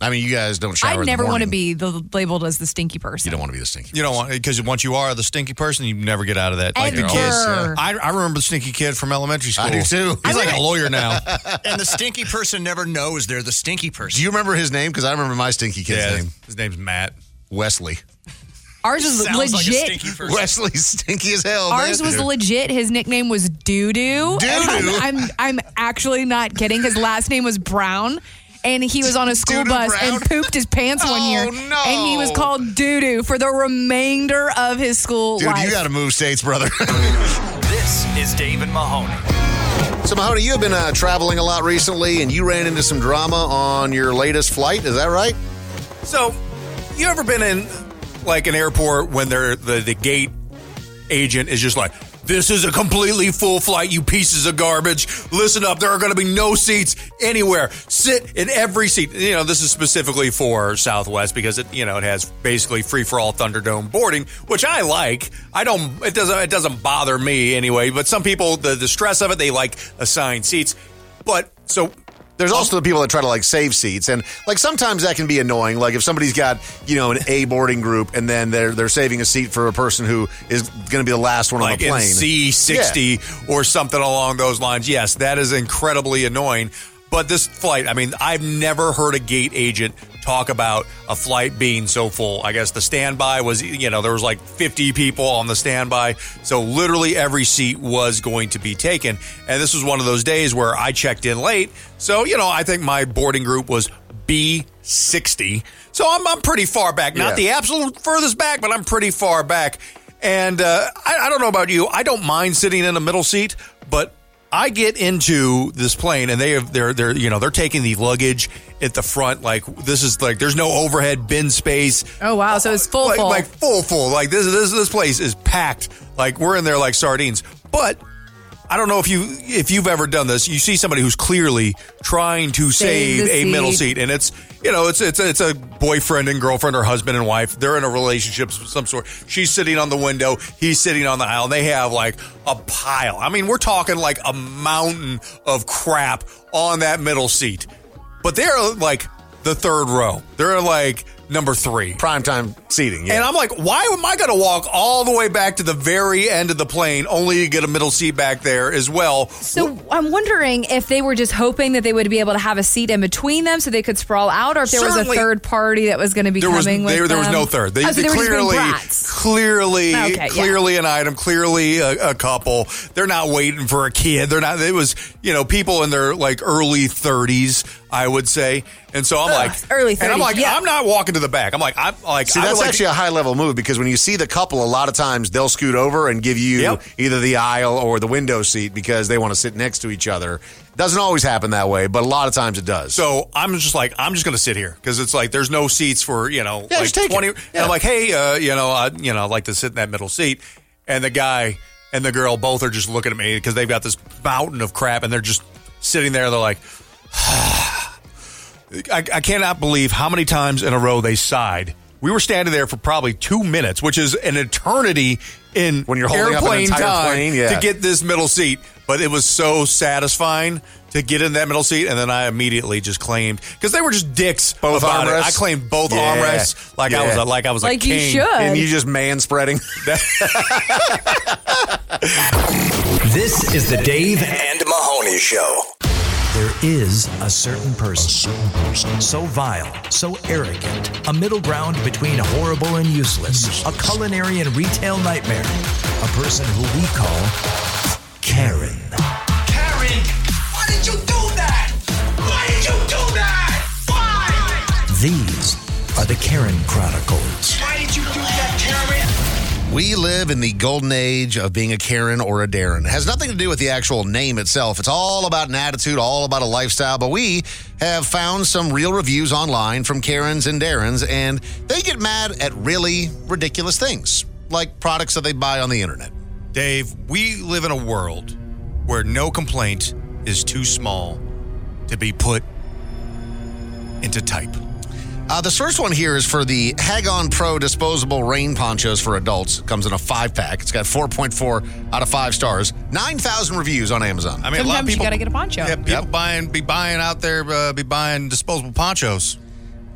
[SPEAKER 3] I mean, you guys don't shower.
[SPEAKER 4] I
[SPEAKER 3] in the
[SPEAKER 4] never want to
[SPEAKER 3] morning.
[SPEAKER 4] be the labeled as the stinky person.
[SPEAKER 3] You don't want to be the stinky.
[SPEAKER 1] You don't want because once you are the stinky person, you never get out of that. Like the
[SPEAKER 4] Ever.
[SPEAKER 1] kids, I, I remember the stinky kid from elementary school.
[SPEAKER 3] I do too.
[SPEAKER 1] He's like a lawyer now.
[SPEAKER 9] and the stinky person never knows they're the stinky person.
[SPEAKER 3] Do you remember his name? Because I remember my stinky kid's
[SPEAKER 1] yeah,
[SPEAKER 3] name,
[SPEAKER 1] his name's Matt.
[SPEAKER 3] Wesley.
[SPEAKER 4] Ours was
[SPEAKER 10] Sounds like a
[SPEAKER 4] legit.
[SPEAKER 10] stinky person.
[SPEAKER 3] Wesley's stinky as hell.
[SPEAKER 4] Ours was legit. His nickname was Doo Doo.
[SPEAKER 3] Doo-doo?
[SPEAKER 4] I'm, I'm I'm actually not kidding. His last name was Brown. And he was on a school
[SPEAKER 3] Doo-doo
[SPEAKER 4] bus
[SPEAKER 3] Brown?
[SPEAKER 4] and pooped his pants one
[SPEAKER 3] Oh,
[SPEAKER 4] year.
[SPEAKER 3] no.
[SPEAKER 4] And he was called Doo Doo for the remainder of his school
[SPEAKER 3] Dude,
[SPEAKER 4] life.
[SPEAKER 3] you got to move states, brother.
[SPEAKER 2] This is Dave and Mahoney.
[SPEAKER 3] so, Mahoney, you have been uh, traveling a lot recently, and you ran into some drama on your latest flight. Is that right?
[SPEAKER 1] So, you ever been in like an airport when they're the, the gate agent is just like, this is a completely full flight, you pieces of garbage. Listen up, there are going to be no seats anywhere. Sit in every seat. You know, this is specifically for Southwest because it, you know, it has basically free for all Thunderdome boarding, which I like. I don't, it doesn't, it doesn't bother me anyway, but some people, the, the stress of it, they like assigned seats. But so
[SPEAKER 3] There's also the people that try to like save seats, and like sometimes that can be annoying. Like if somebody's got you know an A boarding group, and then they're they're saving a seat for a person who is going to be the last one on
[SPEAKER 1] like
[SPEAKER 3] the plane.
[SPEAKER 1] in C sixty or something along those lines. Yes, that is incredibly annoying. But this flight, I mean, I've never heard a gate agent talk about a flight being so full. I guess the standby was, you know, there was like 50 people on the standby. So literally every seat was going to be taken. And this was one of those days where I checked in late. So, you know, I think my boarding group was B60. So I'm, I'm pretty far back. Not
[SPEAKER 3] Yeah.
[SPEAKER 1] the absolute furthest back, but I'm pretty far back. And uh, I, I don't know about you. I don't mind sitting in a middle seat, but I get into this plane and they have they're they're you know they're taking the luggage at the front. Like this is like there's no overhead bin space.
[SPEAKER 4] oh, wow. So it's full
[SPEAKER 1] Like,
[SPEAKER 4] full.
[SPEAKER 1] like full full. Like this this this place is packed. Like we're in there like sardines. But I don't know if you if you've ever done this. You see somebody who's clearly trying to
[SPEAKER 4] Save
[SPEAKER 1] save a
[SPEAKER 4] the
[SPEAKER 1] middle
[SPEAKER 4] seat.
[SPEAKER 1] seat, and it's you know it's it's it's a boyfriend and girlfriend or husband and wife. They're in a relationship of some sort. She's sitting on the window, he's sitting on the aisle. They have like a pile. I mean, we're talking like a mountain of crap on that middle seat, but they're like the third row. They're like number three.
[SPEAKER 3] primetime seating. Yeah.
[SPEAKER 1] And I'm like, why am I going to walk all the way back to the very end of the plane only to get a middle seat back there as well?
[SPEAKER 4] so I'm wondering if they were just hoping that they would be able to have a seat in between them so they could sprawl out, or if there was a
[SPEAKER 1] Certainly-
[SPEAKER 4] third party that was going to be
[SPEAKER 1] There was
[SPEAKER 4] coming with
[SPEAKER 1] there, there was
[SPEAKER 4] them.
[SPEAKER 1] no third. They,
[SPEAKER 4] Oh, so
[SPEAKER 1] they
[SPEAKER 4] were just being
[SPEAKER 1] clearly,
[SPEAKER 4] brats.
[SPEAKER 1] clearly,
[SPEAKER 4] Okay, yeah.
[SPEAKER 1] clearly an item. Clearly a, a couple. They're not waiting for a kid. They're not. It was you know people in their like early thirties, I would say. And so I'm
[SPEAKER 4] Ugh,
[SPEAKER 1] like
[SPEAKER 4] early
[SPEAKER 1] and I'm
[SPEAKER 4] 30s,
[SPEAKER 1] like
[SPEAKER 4] yeah.
[SPEAKER 1] I'm not walking to the back. I'm like I'm like
[SPEAKER 3] See,
[SPEAKER 1] I would
[SPEAKER 3] that's
[SPEAKER 1] like to-
[SPEAKER 3] actually a high level move because when you see the couple, a lot of times they'll scoot over and give you
[SPEAKER 1] Yep.
[SPEAKER 3] either the aisle or the window seat because they want to sit next to each other. Doesn't always happen that way, but a lot of times it does.
[SPEAKER 1] So I'm just like, I'm just going to sit here because it's like there's no seats for you know
[SPEAKER 3] Yeah,
[SPEAKER 1] like
[SPEAKER 3] just take it.
[SPEAKER 1] twenty. And
[SPEAKER 3] Yeah.
[SPEAKER 1] I'm like, hey, uh, you know, I, you know, I like to sit in that middle seat, and the guy and the girl both are just looking at me because they've got this mountain of crap, and they're just sitting there. They're like. I, I cannot believe how many times in a row they sighed. We were standing there for probably two minutes, which is an eternity in
[SPEAKER 3] When you're holding up an
[SPEAKER 1] airplane
[SPEAKER 3] entire
[SPEAKER 1] time
[SPEAKER 3] plane, yeah.
[SPEAKER 1] to get this middle seat. But it was so satisfying to get in that middle seat, and then I immediately just claimed because they were just dicks
[SPEAKER 3] Both
[SPEAKER 1] about it.
[SPEAKER 3] armrests?
[SPEAKER 1] I claimed both
[SPEAKER 3] Yeah.
[SPEAKER 1] armrests like I was
[SPEAKER 3] Yeah.
[SPEAKER 1] a, like I was
[SPEAKER 4] Like
[SPEAKER 1] a
[SPEAKER 4] you
[SPEAKER 1] king.
[SPEAKER 4] should.
[SPEAKER 3] and you just man spreading.
[SPEAKER 2] This is the Dave
[SPEAKER 6] And Mahoney Show.
[SPEAKER 2] There is a certain person, so vile, so arrogant, a middle ground between horrible and useless, a culinary and retail nightmare, a person who we call Karen.
[SPEAKER 11] Karen, why did you do that? Why did you do that? Why?
[SPEAKER 2] These are the Karen Chronicles.
[SPEAKER 11] Why did you do that, Karen?
[SPEAKER 3] We live in the golden age of being a Karen or a Darren. It has nothing to do with the actual name itself. It's all about an attitude, all about a lifestyle. But we have found some real reviews online from Karens and Darrens, and they get mad at really ridiculous things, like products that they buy on the internet.
[SPEAKER 1] Dave, we live in a world where no complaint is too small to be put into type.
[SPEAKER 3] Uh, this first one here is for the Hagon Pro disposable rain ponchos for adults. It comes in a five pack. It's got 4.4 out of five stars, 9,000 reviews on Amazon.
[SPEAKER 1] I mean, a lot
[SPEAKER 4] Sometimes
[SPEAKER 1] of
[SPEAKER 4] you
[SPEAKER 1] people
[SPEAKER 4] gotta get a poncho.
[SPEAKER 1] Yeah, people buying, be buying out there, uh, be buying disposable ponchos.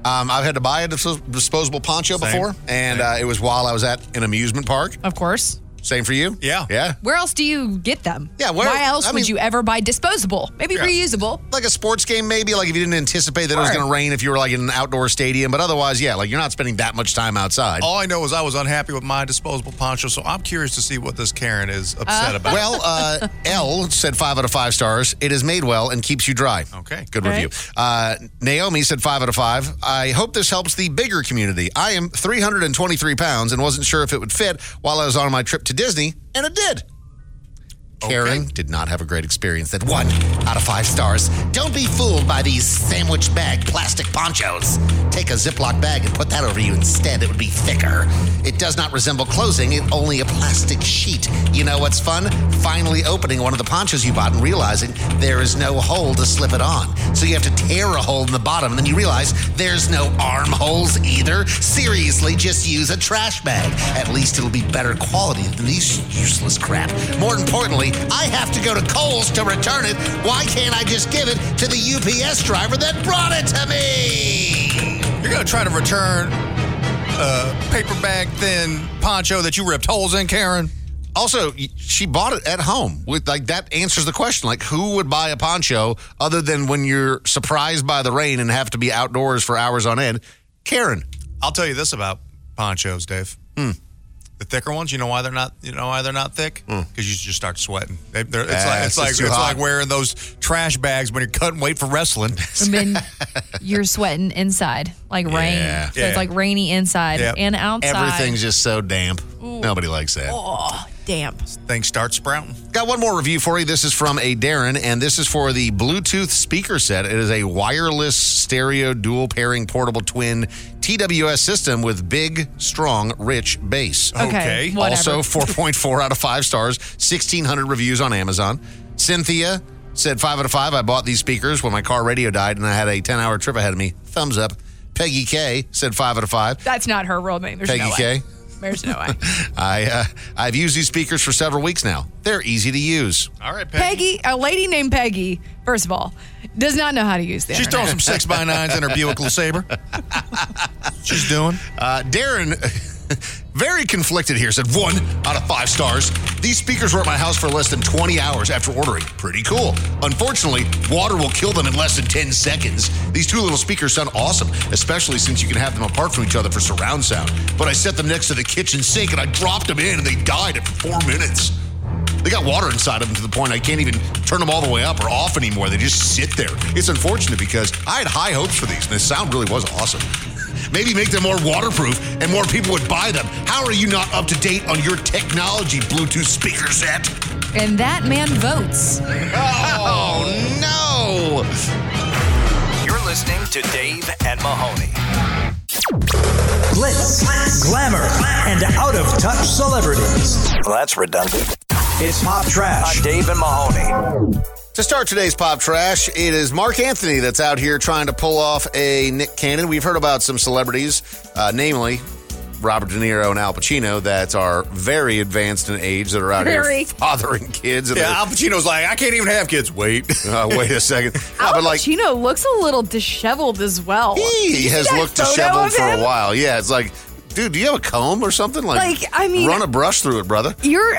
[SPEAKER 3] Um, I've had to buy a dis- disposable poncho
[SPEAKER 1] Same.
[SPEAKER 3] before, and uh, it was while I was at an amusement park.
[SPEAKER 4] Of course.
[SPEAKER 3] Same for you? Yeah. Yeah.
[SPEAKER 4] Where else do you get them?
[SPEAKER 3] Yeah, where-
[SPEAKER 4] why else
[SPEAKER 3] I
[SPEAKER 4] would
[SPEAKER 3] mean-
[SPEAKER 4] you ever buy disposable? Maybe
[SPEAKER 3] Yeah.
[SPEAKER 4] reusable.
[SPEAKER 3] Like a sports game, maybe, like if you didn't anticipate that it was
[SPEAKER 4] Sure.
[SPEAKER 3] going to rain if you were like in an outdoor stadium. But otherwise, yeah, like you're not spending that much time outside.
[SPEAKER 1] All I know is I was unhappy with my disposable poncho, so I'm curious to see what this Karen is upset about.
[SPEAKER 3] Well, uh, L said five out of five stars. It is made well and keeps you dry.
[SPEAKER 1] Okay.
[SPEAKER 3] Good
[SPEAKER 1] All
[SPEAKER 3] review. Uh, Naomi said five out of five. I hope this helps the bigger community. I am 323 pounds and wasn't sure if it would fit while I was on my trip to Disney, and it did. Karen did not have a great experience. That one out of five stars. Don't be fooled by these sandwich bag plastic ponchos. Take a Ziploc bag and put that over you instead. It would be thicker. It does not resemble closing, it's only a plastic sheet. You know what's fun? Finally opening one of the ponchos you bought and realizing there is no hole to slip it on. So you have to tear a hole in the bottom, and then you realize there's no armholes either. Seriously, just use a trash bag. At least it'll be better quality than these useless crap. More importantly, I have to go to Kohl's to return it. Why can't I just give it to the UPS driver that brought it to me?
[SPEAKER 1] You're going to try to return a paper bag thin poncho that you ripped holes in, Karen?
[SPEAKER 3] Also, she bought it at home. With like that answers the question. Like, who would buy a poncho other than when you're surprised by the rain and have to be outdoors for hours on end? Karen.
[SPEAKER 1] I'll tell you this about ponchos, Dave. The thicker ones, you know why they're not? You know why they're not thick? Because you just start sweating. They, they're, it's
[SPEAKER 3] Ah,
[SPEAKER 1] like
[SPEAKER 3] it's
[SPEAKER 1] Hmm.
[SPEAKER 3] just
[SPEAKER 1] it's like it's
[SPEAKER 3] too hot.
[SPEAKER 1] like wearing those trash bags when you're cutting weight for wrestling.
[SPEAKER 4] And then you're sweating inside, like rain.
[SPEAKER 3] Yeah.
[SPEAKER 4] So
[SPEAKER 3] Yeah.
[SPEAKER 4] it's like rainy inside
[SPEAKER 3] Yep.
[SPEAKER 4] and outside.
[SPEAKER 3] Everything's just so damp. Nobody likes that.
[SPEAKER 4] oh, damp.
[SPEAKER 1] Things start sprouting.
[SPEAKER 3] Got one more review for you. This is from a Darren, and this is for the Bluetooth speaker set. It is a wireless stereo dual pairing portable twin TWS system with big, strong, rich bass.
[SPEAKER 4] Oh,
[SPEAKER 11] Okay, Okay. whatever.
[SPEAKER 3] Also, 4.4 out of 5 stars, 1,600 reviews on Amazon. Cynthia said 5 out of 5. I bought these speakers when my car radio died and I had a 10 hour trip ahead of me. Thumbs up. Peggy K said 5 out of 5.
[SPEAKER 4] That's not her real name. There's
[SPEAKER 3] Peggy
[SPEAKER 4] no way.
[SPEAKER 3] K.
[SPEAKER 4] There's no way.
[SPEAKER 3] I, uh, I've used these speakers for several weeks now. They're easy to use.
[SPEAKER 1] All right,
[SPEAKER 4] Peggy, a lady named Peggy, first of all, does not know how to use this.
[SPEAKER 1] She's throwing some six by nines in her Buick LeSabre. She's doing.
[SPEAKER 3] Uh, Darren, very conflicted here, said one out of five stars. These speakers were at my house for less than 20 hours after ordering. Pretty cool. Unfortunately, water will kill them in less than 10 seconds. These two little speakers sound awesome, especially since you can have them apart from each other for surround sound. But I set them next to the kitchen sink and I dropped them in and they died after four minutes. They got water inside of them to the point I can't even turn them all the way up or off anymore. They just sit there. It's unfortunate because I had high hopes for these and the sound really was awesome. Maybe make them more waterproof and more people would buy them. How are you not up to date on your technology Bluetooth speaker set?
[SPEAKER 4] And that man votes.
[SPEAKER 3] Oh,
[SPEAKER 11] no! You're listening to Dave and Mahoney.
[SPEAKER 2] Glitz, glamour, and out of touch celebrities.
[SPEAKER 11] Well, that's redundant.
[SPEAKER 2] It's pop trash.
[SPEAKER 11] Dave and Mahoney.
[SPEAKER 3] To start today's pop trash, it is Mark Anthony that's out here trying to pull off a Nick Cannon. We've heard about some celebrities, uh, namely Robert De Niro and Al Pacino, that are very advanced in age that are out
[SPEAKER 1] Very.
[SPEAKER 3] here fathering kids. and
[SPEAKER 1] Yeah,
[SPEAKER 3] they're-
[SPEAKER 1] Al Pacino's like, I can't even have kids. Wait,
[SPEAKER 3] uh, wait a second. No,
[SPEAKER 4] Al
[SPEAKER 3] but like,
[SPEAKER 4] Pacino looks a little disheveled as well.
[SPEAKER 3] he has looked disheveled for a while. Yeah, it's like, dude, do you have a comb or something? Like,
[SPEAKER 4] Like, I mean-
[SPEAKER 3] run a brush through it, brother.
[SPEAKER 4] You're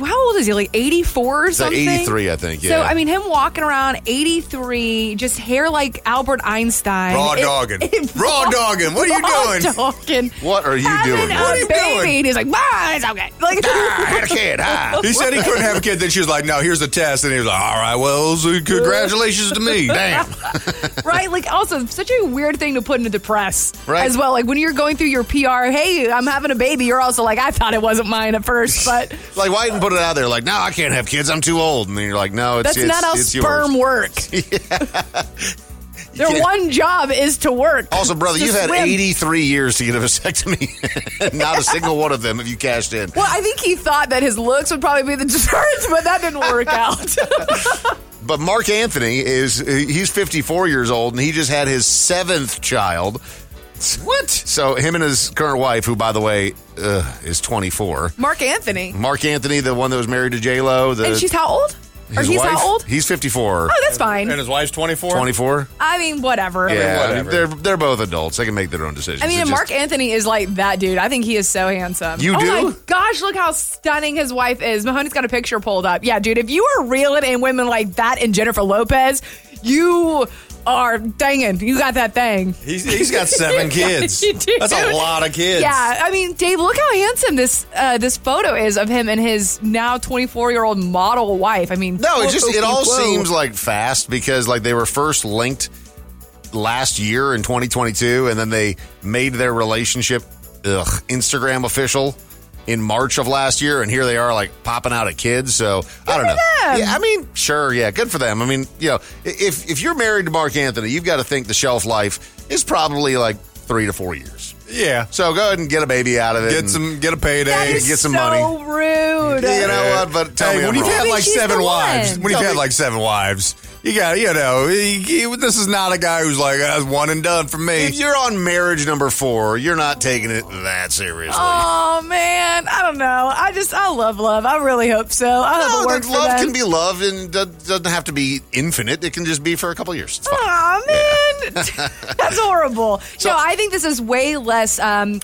[SPEAKER 4] how old is he? Like 84 or
[SPEAKER 3] It's like
[SPEAKER 4] something?
[SPEAKER 3] 83, I think. Yeah.
[SPEAKER 4] So I mean, him walking around 83, just hair like Albert Einstein,
[SPEAKER 3] Raw dogging. Raw dogging. What are you
[SPEAKER 4] raw
[SPEAKER 3] doing?
[SPEAKER 4] Dogging.
[SPEAKER 3] What are you
[SPEAKER 4] Having
[SPEAKER 3] doing?
[SPEAKER 4] a baby. And he's like, ah, it's okay. Like,
[SPEAKER 3] I had a kid. Hi.
[SPEAKER 1] He said he couldn't have a kid. Then she was like, No, here's the test. And he was like, All right, well, so congratulations to me. Damn.
[SPEAKER 4] right? Like, also such a weird thing to put into the press,
[SPEAKER 1] Right.
[SPEAKER 4] As well, like when you're going through your PR, hey, I'm having a baby. You're also like, I thought it wasn't mine at first, but
[SPEAKER 3] Like, why even put it out there? Like, no, I can't have kids. I'm too old. And then you're like, no, it's
[SPEAKER 4] that's
[SPEAKER 3] it's,
[SPEAKER 4] not how
[SPEAKER 3] it's
[SPEAKER 4] sperm
[SPEAKER 3] yours.
[SPEAKER 4] work. Their
[SPEAKER 3] Yeah.
[SPEAKER 4] one job is to work.
[SPEAKER 3] Also, brother,
[SPEAKER 4] To
[SPEAKER 3] you've had
[SPEAKER 4] swim.
[SPEAKER 3] 83 years to get a vasectomy. not a single one of them have you cashed in.
[SPEAKER 4] Well, I think he thought that his looks would probably be the deterrent, but that didn't work out.
[SPEAKER 3] But Mark Anthony is he's 54 years old and he just had his seventh child.
[SPEAKER 4] What?
[SPEAKER 3] So him and his current wife, who by the way uh, is 24.
[SPEAKER 4] Mark Anthony.
[SPEAKER 3] Mark Anthony, the one that was married to J Lo, the
[SPEAKER 4] and she's how old? Or
[SPEAKER 3] His
[SPEAKER 4] he's
[SPEAKER 3] wife,
[SPEAKER 4] how old?
[SPEAKER 3] He's 54.
[SPEAKER 4] Oh, that's fine.
[SPEAKER 1] And his wife's 24?
[SPEAKER 3] 24?
[SPEAKER 4] I mean, whatever.
[SPEAKER 3] Yeah, I mean,
[SPEAKER 1] whatever.
[SPEAKER 3] they're they're both adults. They can make their own decisions.
[SPEAKER 4] I mean,
[SPEAKER 3] It
[SPEAKER 4] and
[SPEAKER 3] just-
[SPEAKER 4] Mark Anthony is like that dude. I think he is so handsome.
[SPEAKER 3] You
[SPEAKER 4] oh
[SPEAKER 3] do?
[SPEAKER 4] my gosh, look how stunning his wife is. Mahoney's got a picture pulled up. Yeah, dude, if you are reeling in women like that and Jennifer Lopez, you are dangin'. You got that thing.
[SPEAKER 1] He's, he's got seven kids.
[SPEAKER 4] You do.
[SPEAKER 1] That's a lot of kids.
[SPEAKER 4] Yeah, I mean, Dave, look how handsome this uh, this photo is of him and his now 24 year old model wife. I mean,
[SPEAKER 3] No, it just it all
[SPEAKER 4] whoa.
[SPEAKER 3] seems like fast because like they were first linked last year in 2022, and then they made their relationship ugh, Instagram official in March of last year, and here they are like popping out at kids. So I don't know. Yeah, I mean, sure, yeah, good for them. I mean, you know, i- if if you're married to Mark Anthony, you've got to think the shelf life is probably like three to four years.
[SPEAKER 1] Yeah.
[SPEAKER 3] So go ahead and get a baby out of it.
[SPEAKER 1] Get
[SPEAKER 3] and-
[SPEAKER 1] some, get a payday.
[SPEAKER 4] That is
[SPEAKER 3] get some
[SPEAKER 4] so
[SPEAKER 3] money.
[SPEAKER 4] rude.
[SPEAKER 3] You know what? But tell
[SPEAKER 1] hey,
[SPEAKER 3] me,
[SPEAKER 1] when
[SPEAKER 3] I'm
[SPEAKER 1] you've
[SPEAKER 3] wrong.
[SPEAKER 1] had
[SPEAKER 4] Maybe
[SPEAKER 1] like
[SPEAKER 4] she's
[SPEAKER 1] seven
[SPEAKER 4] the
[SPEAKER 1] wives,
[SPEAKER 4] one.
[SPEAKER 1] when you've
[SPEAKER 3] Tell
[SPEAKER 1] had
[SPEAKER 3] me-
[SPEAKER 1] like seven wives, you got you know he- he- this is not a guy who's like "Ah, one and done for
[SPEAKER 3] if
[SPEAKER 1] me.
[SPEAKER 3] you're on marriage number four, you're not taking it that seriously.
[SPEAKER 4] Oh man, I don't know. I just I love love. I really hope so. I hope
[SPEAKER 3] no,
[SPEAKER 4] it
[SPEAKER 3] that
[SPEAKER 4] works for
[SPEAKER 3] love
[SPEAKER 4] them.
[SPEAKER 3] can be love and do- doesn't have to be infinite. It can just be for a couple years. It's fine.
[SPEAKER 4] Aw, man, that's horrible. no, I think this is way less um,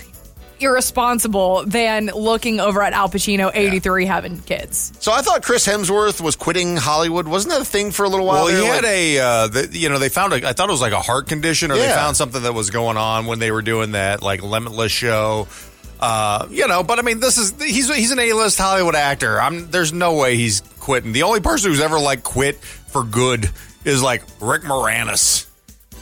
[SPEAKER 4] irresponsible than looking over at Al Pacino, eighty-three, having kids.
[SPEAKER 3] So I thought Chris Hemsworth was quitting Hollywood. Wasn't that a thing for a little while?
[SPEAKER 1] Well, he
[SPEAKER 3] there?
[SPEAKER 1] had
[SPEAKER 3] Like-
[SPEAKER 1] a uh, the, you know they found a I thought it was like a heart condition or they
[SPEAKER 3] Yeah.
[SPEAKER 1] found something that was going on when they were doing that like Limitless show. Uh, you know, but I mean, this is he's he's an A-list Hollywood actor. I'm there's no way he's quitting. The only person who's ever like quit for good is like Rick Moranis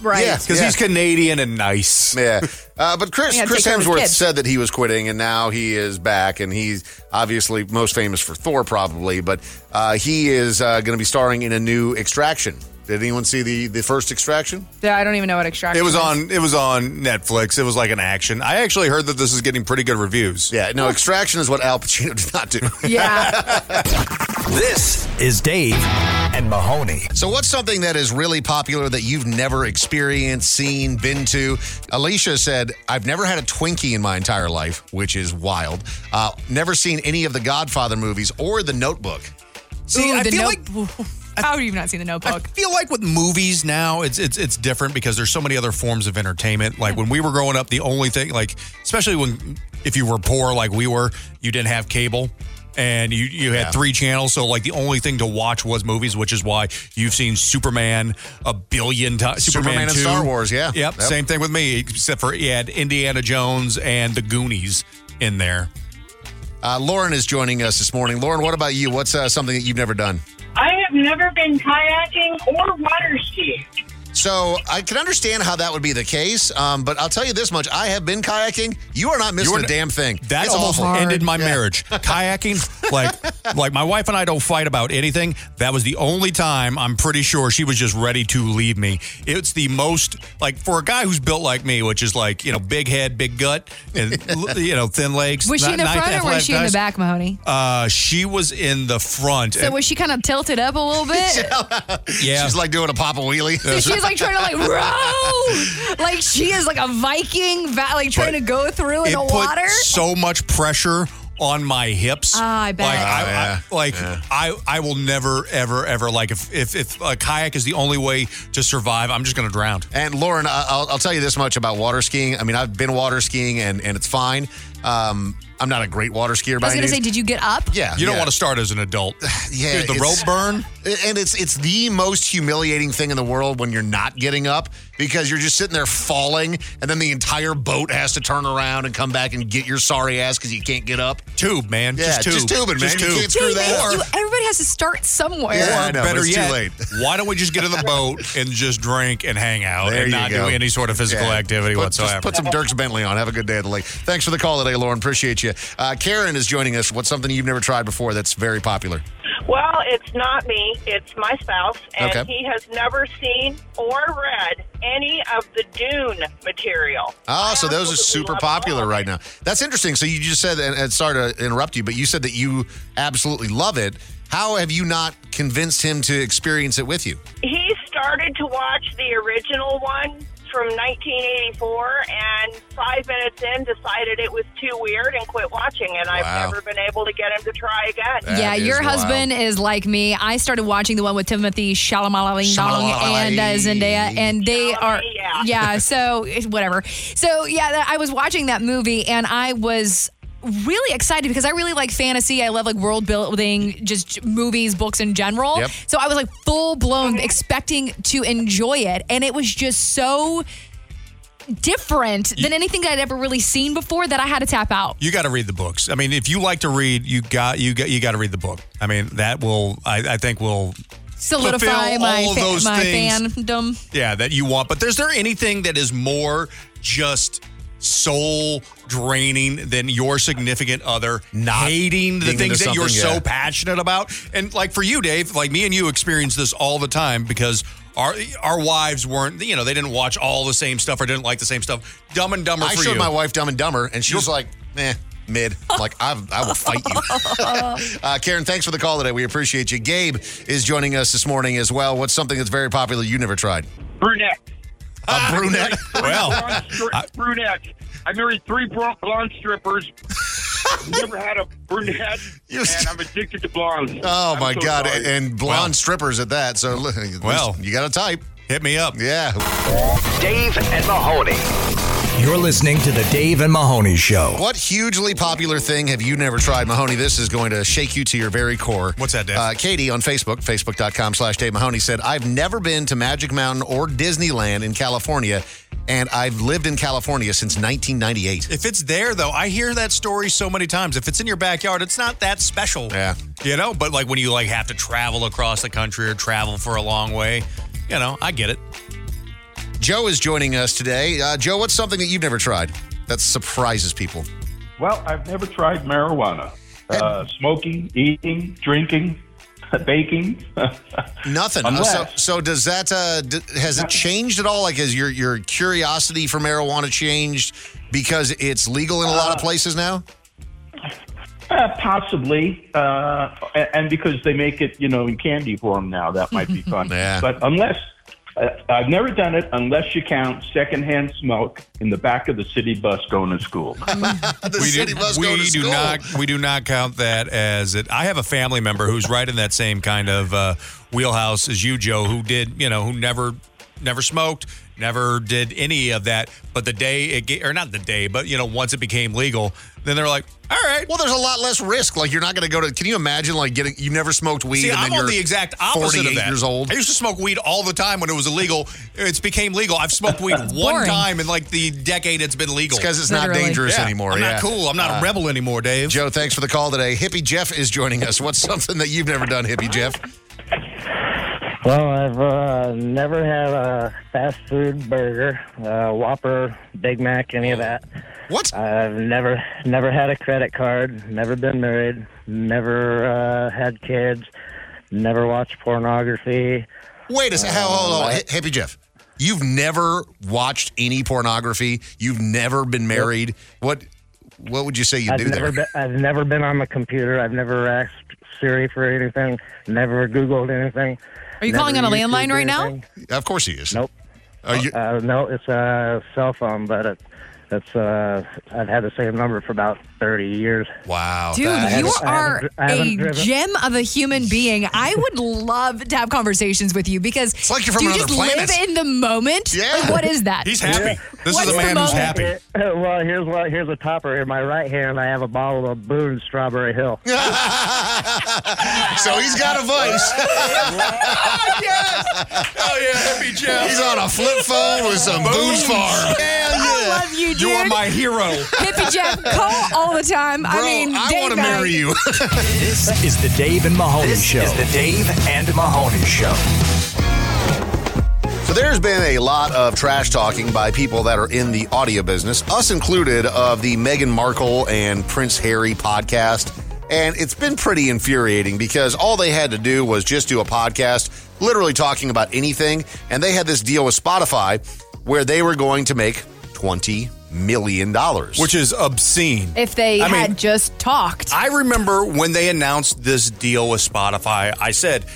[SPEAKER 4] Right.
[SPEAKER 3] Yeah.
[SPEAKER 1] because he's Canadian and nice.
[SPEAKER 3] yeah. Uh, but Chris
[SPEAKER 4] Yeah,
[SPEAKER 3] Chris
[SPEAKER 4] take care of the
[SPEAKER 3] Hemsworth
[SPEAKER 4] kids.
[SPEAKER 3] said that he was quitting, and now he is back, and he's obviously most famous for Thor, probably. But uh, he is uh, going to be starring in a new Extraction. Did anyone see the the first Extraction?
[SPEAKER 4] Yeah, I don't even know what extraction.
[SPEAKER 1] It was
[SPEAKER 4] is.
[SPEAKER 1] on. It was on Netflix. It was like an action. I actually heard that this is getting pretty good reviews.
[SPEAKER 3] Yeah. No, Extraction is what Al Pacino did not do.
[SPEAKER 4] Yeah.
[SPEAKER 2] This is Dave and Mahoney.
[SPEAKER 3] So, what's something that is really popular that you've never experienced, seen, been to? Alicia said, I've never had a Twinkie in my entire life, which is wild. Uh, never seen any of the Godfather movies or The Notebook.
[SPEAKER 1] See,
[SPEAKER 4] Ooh,
[SPEAKER 1] I
[SPEAKER 4] the
[SPEAKER 1] feel like
[SPEAKER 4] note- How have you not seen the
[SPEAKER 1] I
[SPEAKER 4] Notebook?
[SPEAKER 1] feel like with movies now, it's it's it's different because there's so many other forms of entertainment. Like when we were growing up, the only thing, like especially when if you were poor like we were, you didn't have cable. And you, you had three channels, so like the only thing to watch was movies, which is why you've seen Superman a billion times.
[SPEAKER 3] Superman and
[SPEAKER 1] 2.
[SPEAKER 3] Star Wars, yeah.
[SPEAKER 1] Yep,
[SPEAKER 3] Yep.
[SPEAKER 1] same thing with me, except for you had Indiana Jones and the Goonies in there.
[SPEAKER 3] Uh, Lauren is joining us this morning. Lauren, what about you? What's uh, something that you've never done?
[SPEAKER 5] I have never been kayaking or water skiing.
[SPEAKER 3] So, I can understand how that would be the case, um, but I'll tell you this much I have been kayaking. You are not missing
[SPEAKER 1] You're
[SPEAKER 3] a
[SPEAKER 1] n-
[SPEAKER 3] damn thing.
[SPEAKER 1] That
[SPEAKER 3] it's
[SPEAKER 1] almost
[SPEAKER 3] awful.
[SPEAKER 1] ended my marriage. Kayaking, like, like my wife and I don't fight about anything. That was the only time I'm pretty sure she was just ready to leave me. It's the most like for a guy who's built like me, which is like you know big head, big gut, and l- you know thin legs.
[SPEAKER 4] Was she
[SPEAKER 1] not-
[SPEAKER 4] in the
[SPEAKER 1] not
[SPEAKER 4] front or was she in the
[SPEAKER 1] athletic
[SPEAKER 4] back, Mahoney?
[SPEAKER 1] guys. Uh, she was in the front.
[SPEAKER 4] So was she kind of tilted up a little bit?
[SPEAKER 1] yeah,
[SPEAKER 3] She's like doing a Papa Wheelie.
[SPEAKER 4] So she's like trying to like row, like she is like a Viking, va- like trying
[SPEAKER 1] But
[SPEAKER 4] to go through in
[SPEAKER 1] it
[SPEAKER 4] the
[SPEAKER 1] put
[SPEAKER 4] water.
[SPEAKER 1] so much pressure on my hips.
[SPEAKER 4] Ah, I bet.
[SPEAKER 1] Like, I,
[SPEAKER 3] Oh, yeah.
[SPEAKER 1] I, like I, I will never, ever, ever like if, if if a kayak is the only way to survive, I'm just gonna drown.
[SPEAKER 3] And Lauren, I- I'll, I'll tell you this much about water skiing. I mean, I've been water skiing and, and it's fine. Um, I'm not a great water skier
[SPEAKER 4] I
[SPEAKER 3] by
[SPEAKER 4] was
[SPEAKER 3] any
[SPEAKER 4] gonna
[SPEAKER 3] means.
[SPEAKER 4] say, did you get up?
[SPEAKER 3] yeah,
[SPEAKER 1] You don't want to start as an adult.
[SPEAKER 3] Yeah,
[SPEAKER 1] Dude, the
[SPEAKER 3] it's-
[SPEAKER 1] rope burn.
[SPEAKER 3] And it's it's the most humiliating thing in the world when you're not getting up because you're just sitting there falling, and then the entire boat has to turn around and come back and get your sorry ass because you can't get up.
[SPEAKER 1] Tube, man.
[SPEAKER 3] Yeah,
[SPEAKER 1] just tube.
[SPEAKER 3] just tubing, man.
[SPEAKER 1] Just
[SPEAKER 3] You
[SPEAKER 1] tube.
[SPEAKER 3] can't screw
[SPEAKER 4] Dude,
[SPEAKER 3] that
[SPEAKER 4] man,
[SPEAKER 3] up.
[SPEAKER 1] Or-
[SPEAKER 4] you- everybody has to start somewhere.
[SPEAKER 1] Or
[SPEAKER 3] Yeah, I know, but
[SPEAKER 1] better
[SPEAKER 3] it's too
[SPEAKER 1] yet,
[SPEAKER 3] late.
[SPEAKER 1] why don't we just get in the boat and just drink and hang out
[SPEAKER 3] There
[SPEAKER 1] and
[SPEAKER 3] you
[SPEAKER 1] not
[SPEAKER 3] go.
[SPEAKER 1] do any sort of physical
[SPEAKER 3] Yeah.
[SPEAKER 1] activity
[SPEAKER 3] Put-
[SPEAKER 1] whatsoever?
[SPEAKER 3] Just put some Dirks Bentley on. Have a good day at the lake. Thanks for the call today, Lauren. Appreciate you. Uh, Karen is joining us. What's something you've never tried before that's very popular?
[SPEAKER 10] Well, it's not me. It's my spouse, and
[SPEAKER 3] Okay.
[SPEAKER 10] he has never seen or read any of the Dune material.
[SPEAKER 3] Oh,
[SPEAKER 10] I
[SPEAKER 3] so those are
[SPEAKER 10] absolutely
[SPEAKER 3] super
[SPEAKER 10] love
[SPEAKER 3] popular
[SPEAKER 10] all of
[SPEAKER 3] right
[SPEAKER 10] it.
[SPEAKER 3] now. That's interesting. So you just said, and, and sorry to interrupt you, but you said that you absolutely love it. How have you not convinced him to experience it with you?
[SPEAKER 10] He started to watch the original one from 1984, and five minutes in, decided it was too weird and quit watching. And
[SPEAKER 4] Wow.
[SPEAKER 10] I've never been able to get him to try again.
[SPEAKER 4] yeah, your husband is like me. I started watching the one with Timothy Chalamet and uh, Zendaya, and they are yeah. so it- whatever. So yeah, that- I was watching that movie, and I was really excited because I really like fantasy. I love like world building, just movies, books in general.
[SPEAKER 11] Yep.
[SPEAKER 4] So I was like full blown expecting to enjoy it, and it was just so different than anything I'd ever really seen before that I had to tap out.
[SPEAKER 1] You got to read the books. I mean, if you like to read, you got you got you got to read the book. I mean, that will I, I think will
[SPEAKER 4] Solidify
[SPEAKER 1] fulfill
[SPEAKER 4] my
[SPEAKER 1] all
[SPEAKER 4] fa-
[SPEAKER 1] those
[SPEAKER 4] my
[SPEAKER 1] things.
[SPEAKER 4] fandom.
[SPEAKER 1] Yeah, that you want. But is there anything that is more just soul draining than your significant other not hating the
[SPEAKER 3] being into
[SPEAKER 1] things that you're
[SPEAKER 3] something, yeah.
[SPEAKER 1] so passionate about? And like for you, Dave, like me and you experience this all the time because our our wives weren't you know they didn't watch all the same stuff or didn't like the same stuff. Dumb and Dumber.
[SPEAKER 3] I
[SPEAKER 1] for
[SPEAKER 3] showed
[SPEAKER 1] you.
[SPEAKER 3] my wife Dumb and Dumber, and she was like, "Eh, mid." I'm like I've, I will fight you. uh, Karen, thanks for the call today. We appreciate you. Gabe is joining us this morning as well. What's something that's very popular you never tried?
[SPEAKER 12] brunette.
[SPEAKER 3] A brunette.
[SPEAKER 12] Blonde stri- brunette. I married three bro- blonde strippers. Never had a brunette, and I'm addicted to blondes.
[SPEAKER 3] Oh
[SPEAKER 12] I'm
[SPEAKER 3] my
[SPEAKER 12] so
[SPEAKER 3] God!
[SPEAKER 12] sorry.
[SPEAKER 3] And blonde strippers at that. So look, at least
[SPEAKER 1] Well.
[SPEAKER 3] you got a type.
[SPEAKER 1] Hit me up.
[SPEAKER 3] Yeah.
[SPEAKER 11] Dave and Mahoney.
[SPEAKER 2] You're listening to The Dave and Mahoney Show.
[SPEAKER 3] What hugely popular thing have you never tried, Mahoney? This is going to shake you to your very core. What's that, Dave? Uh, Katie on Facebook, facebook.com slash Dave Mahoney said, I've never been to Magic Mountain or Disneyland in California, and I've lived in California since 1998.
[SPEAKER 1] If it's there, though, I hear that story so many times. If it's in your backyard, it's not that special.
[SPEAKER 3] Yeah.
[SPEAKER 1] You know, but like when you like have to travel across the country or travel for a long way, you know, I get it.
[SPEAKER 3] Joe is joining us today. Uh, Joe, what's something that you've never tried that surprises people?
[SPEAKER 13] Well, I've never tried marijuana. Uh, smoking, eating, drinking, baking.
[SPEAKER 3] Nothing. Uh, so, so does that uh, d- has it changed at all? Like, has your your curiosity for marijuana changed because it's legal in a lot of places now?
[SPEAKER 13] Uh, possibly, uh, a- and because they make it, you know, in candy form now, that might be fun. But unless uh, I've never done it, unless you count secondhand smoke in the back of the city bus going to school.
[SPEAKER 1] we do, we do not we do not count that as it. I have a family member who's right in that same kind of uh, wheelhouse as you, Joe, who did you know who never never smoked, never did any of that. But the day it ga- or not the day, but you know once it became legal, then they're like, all right.
[SPEAKER 3] Well, there's a lot less risk. Like, you're not going to go to. Can you imagine like getting? You never smoked weed.
[SPEAKER 1] See,
[SPEAKER 3] and then
[SPEAKER 1] I'm on
[SPEAKER 3] you're
[SPEAKER 1] the exact opposite
[SPEAKER 3] 48
[SPEAKER 1] of that.
[SPEAKER 3] years old.
[SPEAKER 1] I used to smoke weed all the time when it was illegal. It's became legal. I've smoked weed one
[SPEAKER 3] Boring.
[SPEAKER 1] time in like the decade it's been legal.
[SPEAKER 3] 'cause it's not Literally. dangerous
[SPEAKER 1] Yeah.
[SPEAKER 3] anymore,
[SPEAKER 1] I'm
[SPEAKER 3] yeah.
[SPEAKER 1] not cool. I'm not
[SPEAKER 3] Uh,
[SPEAKER 1] a rebel anymore, Dave.
[SPEAKER 3] Joe, thanks for the call today. Hippie Jeff is joining us. What's something that you've never done, Hippie Jeff?
[SPEAKER 14] Well, I've uh, never had a fast food burger, uh, Whopper, Big Mac, any of that.
[SPEAKER 3] What?
[SPEAKER 14] I've never, never had a credit card. Never been married. Never uh, had kids. Never watched pornography.
[SPEAKER 3] Wait a second. hold
[SPEAKER 14] uh,
[SPEAKER 3] on. Hi- Hippie Jeff, you've never watched any pornography. You've never been married. What? What would you say you
[SPEAKER 14] I've
[SPEAKER 3] do
[SPEAKER 14] never,
[SPEAKER 3] there?
[SPEAKER 14] been, I've never been on the computer. I've never asked Siri for anything. Never Googled anything.
[SPEAKER 4] Are you calling on a landline right now?
[SPEAKER 3] now? Of course he is.
[SPEAKER 14] Nope. uh, no, it's a cell phone, but it, it's uh, I've had the same number for about thirty years.
[SPEAKER 3] Wow,
[SPEAKER 4] Dude, you are a gem of a human being. I would love to have conversations with you because it's
[SPEAKER 3] like you're from
[SPEAKER 4] do you
[SPEAKER 3] another
[SPEAKER 4] just
[SPEAKER 3] planet.
[SPEAKER 4] live in the moment?
[SPEAKER 3] Yeah.
[SPEAKER 4] Like, what is that? What's the moment?
[SPEAKER 14] Well, here's what here's a topper in my right hand. I have a bottle of Boone Strawberry Hill.
[SPEAKER 3] so he's got a voice.
[SPEAKER 1] Oh yeah, Hippie Jeff.
[SPEAKER 3] He's on a flip phone with some Boone's Farm.
[SPEAKER 4] Oh, I love you, dude.
[SPEAKER 3] You are my hero.
[SPEAKER 4] Hippie Jeff, call all the time. I mean, day night.
[SPEAKER 3] you.
[SPEAKER 2] this is The Dave and Mahoney Show. This is The Dave and Mahoney Show.
[SPEAKER 3] So there's been a lot of trash talking by people that are in the audio business, us included, of the Meghan Markle and Prince Harry podcast. And it's been pretty infuriating because all they had to do was just do a podcast, literally talking about anything. And they had this deal with Spotify where they were going to make $20 million, which
[SPEAKER 1] is obscene.
[SPEAKER 4] If they
[SPEAKER 1] I mean-
[SPEAKER 4] had just talked.
[SPEAKER 1] I remember when they announced this deal with Spotify, I said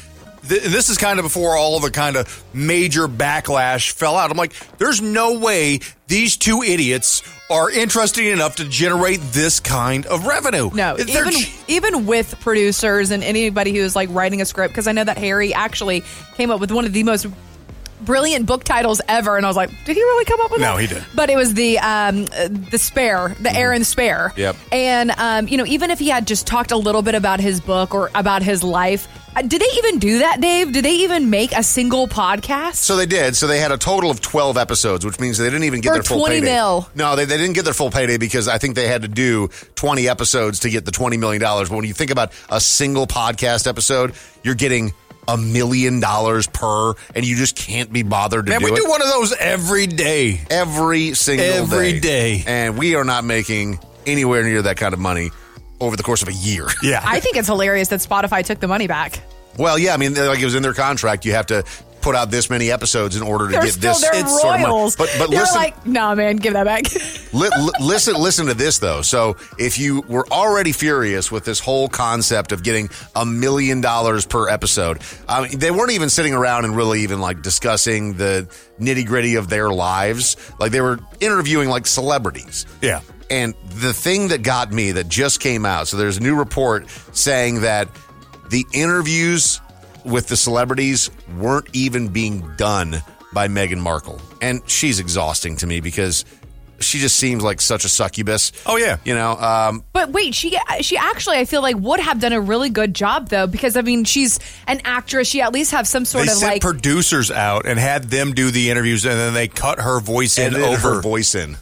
[SPEAKER 1] th- this is kind of before all of the kind of major backlash fell out. I'm like, there's no way these two idiots are interesting enough to generate this kind of revenue.
[SPEAKER 4] No,
[SPEAKER 1] They're
[SPEAKER 4] even
[SPEAKER 1] ch-
[SPEAKER 4] even with producers and anybody who is like writing a script, because I know that Harry actually came up with one of the most brilliant book titles ever, and I was like, did he really come up with that?
[SPEAKER 1] no, he did.
[SPEAKER 4] But it was the um, uh, the spare,
[SPEAKER 3] Mm-hmm.
[SPEAKER 4] the Aaron spare.
[SPEAKER 1] Yep.
[SPEAKER 4] And um, you know, even if he had just talked a little bit about his book or about his life, uh, did they even do that, Dave? Did they even make a single podcast?
[SPEAKER 3] So they did. So they had a total of 12 episodes, which means they didn't even get
[SPEAKER 4] For
[SPEAKER 3] their full
[SPEAKER 4] 20
[SPEAKER 3] payday.
[SPEAKER 4] mil.
[SPEAKER 3] No, they, they didn't get their full payday because I think they had to do 20 episodes to get the $20 million. But when you think about a single podcast episode, you're getting a million dollars per, and you just can't be bothered to
[SPEAKER 1] Man,
[SPEAKER 3] do
[SPEAKER 1] we
[SPEAKER 3] it.
[SPEAKER 1] do one of those every day.
[SPEAKER 3] Every single
[SPEAKER 1] Every
[SPEAKER 3] day. And we are not making anywhere near that kind of money over the course of a year. Yeah.
[SPEAKER 4] I think it's hilarious that Spotify took the money back.
[SPEAKER 3] Well, yeah, I mean, like it was in their contract. You have to put out this many episodes in order to
[SPEAKER 4] They're
[SPEAKER 3] get
[SPEAKER 4] still
[SPEAKER 3] this
[SPEAKER 4] they're
[SPEAKER 3] sort of money.
[SPEAKER 4] royals.
[SPEAKER 3] But but
[SPEAKER 4] they're
[SPEAKER 3] listen,
[SPEAKER 4] like, nah, man, give that back.
[SPEAKER 3] li- li- listen, listen to this though. So if you were already furious with this whole concept of getting a million dollars per episode, I mean, they weren't even sitting around and really even like discussing the nitty gritty of their lives. Like they were interviewing like celebrities.
[SPEAKER 1] Yeah.
[SPEAKER 3] And the thing that got me that just came out. So there's a new report saying that the interviews with the celebrities weren't even being done by Meghan Markle. And she's exhausting to me because she just seems like such a succubus. Oh, yeah. You know, um,
[SPEAKER 4] But wait, she she actually I feel like would have done a really good job though because I mean she's an actress. She at least have some sort
[SPEAKER 1] they
[SPEAKER 4] of
[SPEAKER 1] sent
[SPEAKER 4] like
[SPEAKER 1] producers out and had them do the interviews, and then they cut her voice in
[SPEAKER 3] Edited her
[SPEAKER 1] over
[SPEAKER 3] voice in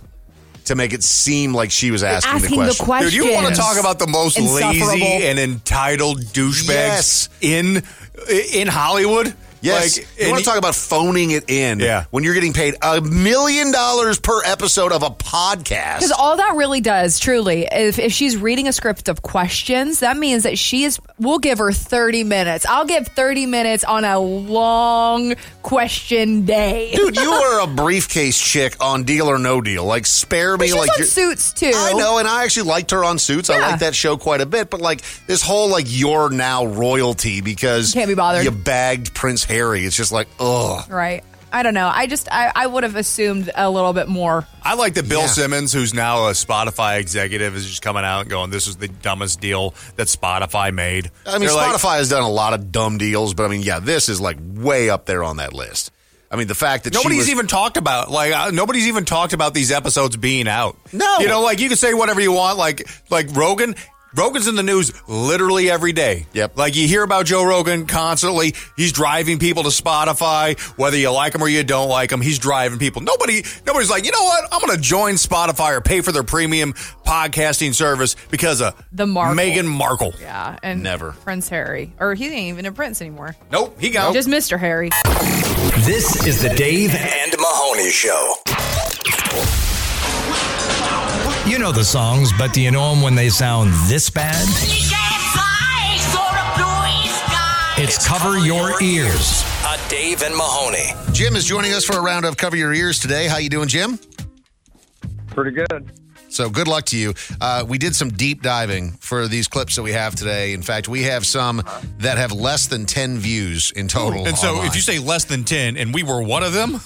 [SPEAKER 3] to make it seem like she was asking,
[SPEAKER 4] Asking the
[SPEAKER 3] the question.
[SPEAKER 4] question.
[SPEAKER 1] Dude, you want to talk about the most lazy
[SPEAKER 3] Insufferable.
[SPEAKER 1] and entitled douchebags
[SPEAKER 3] Yes.
[SPEAKER 1] in in Hollywood?
[SPEAKER 3] Yes.
[SPEAKER 1] Like,
[SPEAKER 3] you
[SPEAKER 1] and
[SPEAKER 3] want
[SPEAKER 1] he-
[SPEAKER 3] to talk about phoning it in
[SPEAKER 1] Yeah.
[SPEAKER 3] when you're getting paid a million dollars per episode of a podcast.
[SPEAKER 4] because all that really does truly if if she's reading a script of questions that means that she is we'll give her 30 minutes. I'll give 30 minutes on a long question day.
[SPEAKER 3] Dude, you are a briefcase chick on Deal or No Deal. Like, spare
[SPEAKER 4] But
[SPEAKER 3] me.
[SPEAKER 4] she's
[SPEAKER 3] like
[SPEAKER 4] on
[SPEAKER 3] you're-
[SPEAKER 4] Suits, too.
[SPEAKER 3] I know, and I actually liked her on Suits. I
[SPEAKER 4] Yeah.
[SPEAKER 3] like that show quite a bit. But like this whole like you're now royalty because
[SPEAKER 4] Can't be bothered.
[SPEAKER 3] You bagged Prince Harry. It's just like ugh.
[SPEAKER 4] right. I don't know. I just I, I would have assumed a little bit more.
[SPEAKER 1] I like that Bill Simmons, who's now a Spotify executive, is just coming out and going, "This is the dumbest deal that Spotify made."
[SPEAKER 3] I mean,
[SPEAKER 1] They're like-
[SPEAKER 3] Spotify has done a lot of dumb deals, but I mean, yeah, this is like way up there on that list. I mean, the fact that she
[SPEAKER 1] nobody's
[SPEAKER 3] was-
[SPEAKER 1] even talked about like uh, nobody's even talked about these episodes being out.
[SPEAKER 3] No.
[SPEAKER 1] you know, like you can say whatever you want. Like like Rogan, Rogan's in the news literally every day. Yep. Like you hear about Joe Rogan constantly. He's driving people to Spotify, whether you like him or you don't like him. He's driving people. Nobody nobody's like you know what? I'm going to join Spotify or pay for their premium podcasting service because of
[SPEAKER 4] The Markle.
[SPEAKER 1] Meghan Markle.
[SPEAKER 4] Yeah, and
[SPEAKER 1] Never.
[SPEAKER 4] Prince Harry, or he ain't even a prince anymore.
[SPEAKER 1] Nope, he
[SPEAKER 3] Oh.
[SPEAKER 1] got
[SPEAKER 4] just Mr. Harry.
[SPEAKER 2] This is the Dave and Mahoney Show. You know the songs, but do you know them when they sound this bad? It's Cover Your Ears. A Dave and Mahoney.
[SPEAKER 3] Jim is joining us for a round of Cover Your Ears today. How you doing, Jim?
[SPEAKER 15] Pretty good.
[SPEAKER 3] So good luck to you. Uh, we did some deep diving for these clips that we have today. In fact, we have some that have less than ten views in total.
[SPEAKER 1] And so,
[SPEAKER 3] online.
[SPEAKER 1] if you say less than ten, and we were one of them,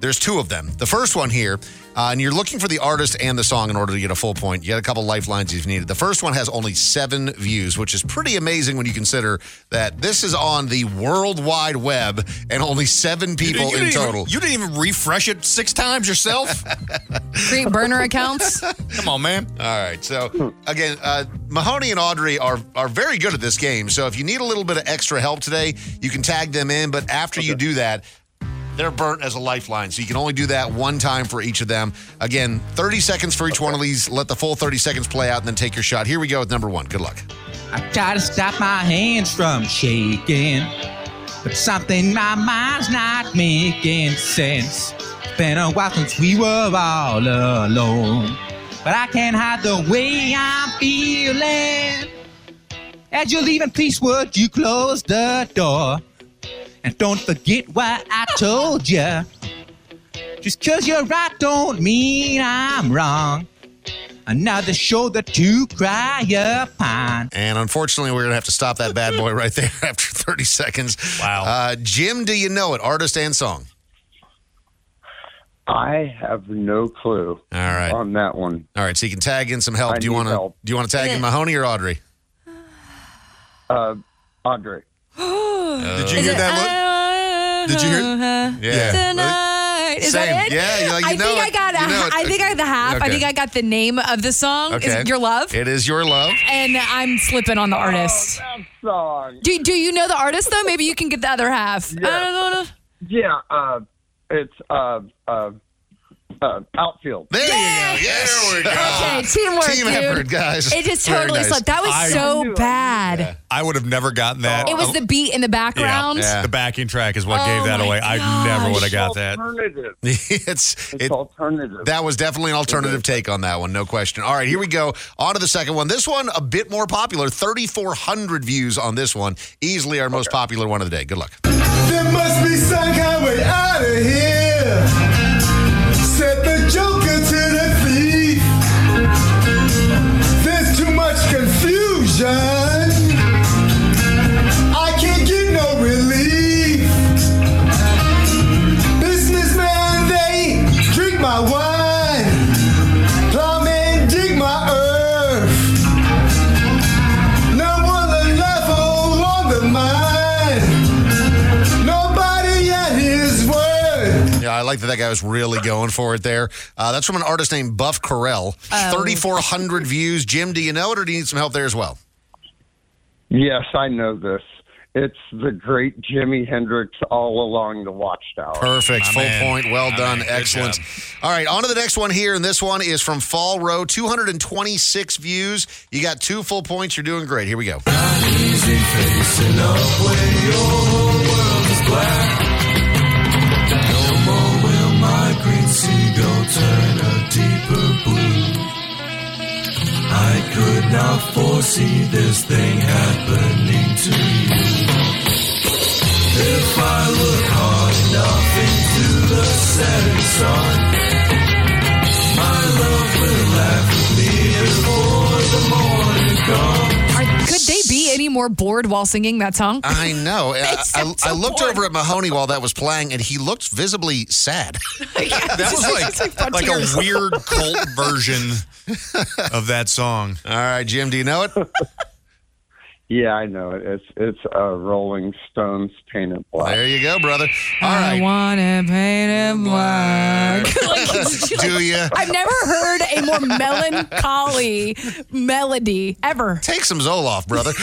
[SPEAKER 3] There's two of them. The first one here, uh, and you're looking for the artist and the song in order to get a full point. You got a couple lifelines if you needed. The first one has only seven views, which is pretty amazing when you consider that this is on the World Wide Web and only seven people
[SPEAKER 1] you
[SPEAKER 3] in
[SPEAKER 1] didn't even-
[SPEAKER 3] total.
[SPEAKER 1] you didn't even refresh it six times yourself.
[SPEAKER 4] Create burner accounts.
[SPEAKER 1] Come on, man.
[SPEAKER 3] All right. So again, uh, Mahoney and Audrey are are very good at this game. So if you need a little bit of extra help today, you can tag them in. But after you do that, they're burnt as a lifeline. So you can only do that one time for each of them. Again, 30 seconds for each one of these. Let the full 30 seconds play out and then take your shot. Here we go with number one. Good luck.
[SPEAKER 16] I try to stop my hands from shaking, but something in my mind's not making sense. It's been a while since we were all alone, but I can't hide the way I'm feeling. As you're leaving, please would you close the door? And don't forget what I told you. Just cause you're right don't mean I'm wrong. another shoulder to cry upon.
[SPEAKER 3] And unfortunately, we're going to have to stop that bad boy right there after 30 seconds. Wow. Uh, Jim, do you know it? Artist and song.
[SPEAKER 15] I have no clue.
[SPEAKER 3] All right.
[SPEAKER 15] On that one.
[SPEAKER 3] All right. So you can tag in some help.
[SPEAKER 15] I
[SPEAKER 3] do you
[SPEAKER 15] need
[SPEAKER 3] want to?
[SPEAKER 15] help.
[SPEAKER 3] Do you want to tag in Mahoney or Audrey?
[SPEAKER 15] Uh, Audrey.
[SPEAKER 3] Did you hear
[SPEAKER 4] uh, that
[SPEAKER 3] Did you hear it? Yeah.
[SPEAKER 4] Tonight. Is
[SPEAKER 3] Same.
[SPEAKER 4] that it?
[SPEAKER 3] Yeah, you- you
[SPEAKER 4] I
[SPEAKER 3] know
[SPEAKER 4] think
[SPEAKER 3] it.
[SPEAKER 4] I got. A,
[SPEAKER 3] You know it.
[SPEAKER 4] I think I got the half. I
[SPEAKER 3] Okay.
[SPEAKER 4] think I got the name of the song. Is
[SPEAKER 3] Okay.
[SPEAKER 4] it Your Love?
[SPEAKER 3] It is your love.
[SPEAKER 4] And I'm slipping on the
[SPEAKER 8] Oh,
[SPEAKER 4] artist. Do, do you know the artist though? Maybe you can get the other half. I don't know.
[SPEAKER 15] Yeah, uh, it's uh, uh, uh, outfield.
[SPEAKER 3] There you go. Yes.
[SPEAKER 4] Okay, teamwork,
[SPEAKER 3] Ah, Team
[SPEAKER 4] dude.
[SPEAKER 3] effort, guys.
[SPEAKER 4] It just
[SPEAKER 3] Very
[SPEAKER 4] totally
[SPEAKER 3] nice.
[SPEAKER 4] slipped. That was
[SPEAKER 17] I-
[SPEAKER 4] so bad.
[SPEAKER 17] I would have never gotten that.
[SPEAKER 4] It
[SPEAKER 3] Oh.
[SPEAKER 4] was the beat in the background.
[SPEAKER 17] Yeah. The backing track is what
[SPEAKER 4] Oh
[SPEAKER 17] gave that
[SPEAKER 4] my
[SPEAKER 17] away. I never
[SPEAKER 4] gosh.
[SPEAKER 17] would have got that.
[SPEAKER 15] Alternative.
[SPEAKER 3] it's it-
[SPEAKER 15] alternative.
[SPEAKER 3] That was definitely an alternative take on that one, no question. All right, here we go. On to the second one. This one a bit more popular. Thirty four hundred views on this one. Easily our most popular one of the day. Good luck.
[SPEAKER 11] There must be some kind way out of here. Said the Joker to the thief. There's too much confusion. I can't get no relief. Businessman, they drink my wine. Plowman, dig my earth. No one level on the mind. Nobody at his word.
[SPEAKER 3] Yeah, I like that that guy was really going for it there. Uh, that's from an artist named Buff Corell.
[SPEAKER 15] Oh.
[SPEAKER 3] 3,400 views. Jim, do you know it or do you need some help there as well?
[SPEAKER 15] Yes, I know this. It's the great Jimi Hendrix all along the watchtower.
[SPEAKER 3] Perfect. Full point. Well done. Excellent. All right, on to the next one here. And this one is from Fall Row. 226 views. You got two full points. You're doing great. Here we go.
[SPEAKER 11] I could not foresee this thing happening to you. If I look hard enough into the setting sun, my love will laugh at me before the morning comes.
[SPEAKER 4] Are, could they be any more bored while singing that song?
[SPEAKER 3] I know. I, I,
[SPEAKER 4] so
[SPEAKER 3] I looked
[SPEAKER 4] bored.
[SPEAKER 3] over at Mahoney while that was playing, and he looked visibly sad.
[SPEAKER 17] That was like, like a weird cult version of that song.
[SPEAKER 3] All right, Jim, do you know it?
[SPEAKER 15] Yeah, I know it. It's it's uh, Rolling Stones painted black.
[SPEAKER 3] There you go, brother. All right.
[SPEAKER 4] I wanna paint it black. Like, it's just-
[SPEAKER 3] Do you?
[SPEAKER 4] I've never heard a more melancholy melody ever.
[SPEAKER 3] Take some Zoloft, brother.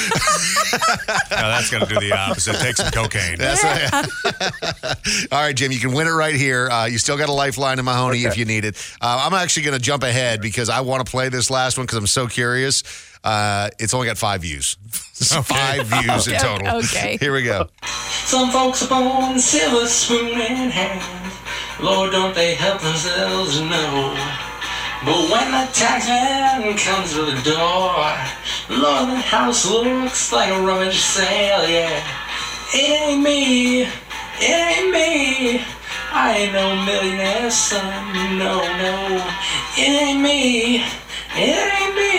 [SPEAKER 17] No, that's going to do the opposite. Take some cocaine.
[SPEAKER 3] That's All right, Jim, you can win it right here. Uh, you still got a lifeline in Mahoney if you need it. Uh, I'm actually going to jump ahead because I want to play this last one because I'm so curious. Uh, it's only got five views. five views in
[SPEAKER 11] Okay,
[SPEAKER 3] total.
[SPEAKER 11] okay.
[SPEAKER 3] Here we go.
[SPEAKER 11] Some folks are born silver spoon in hand. Lord, don't they help themselves? No. But when the taxman comes to the door, Lord, the house looks like a rummage sale, yeah. It ain't me, it ain't me. I ain't no millionaire son, no, no. It ain't me, it ain't me.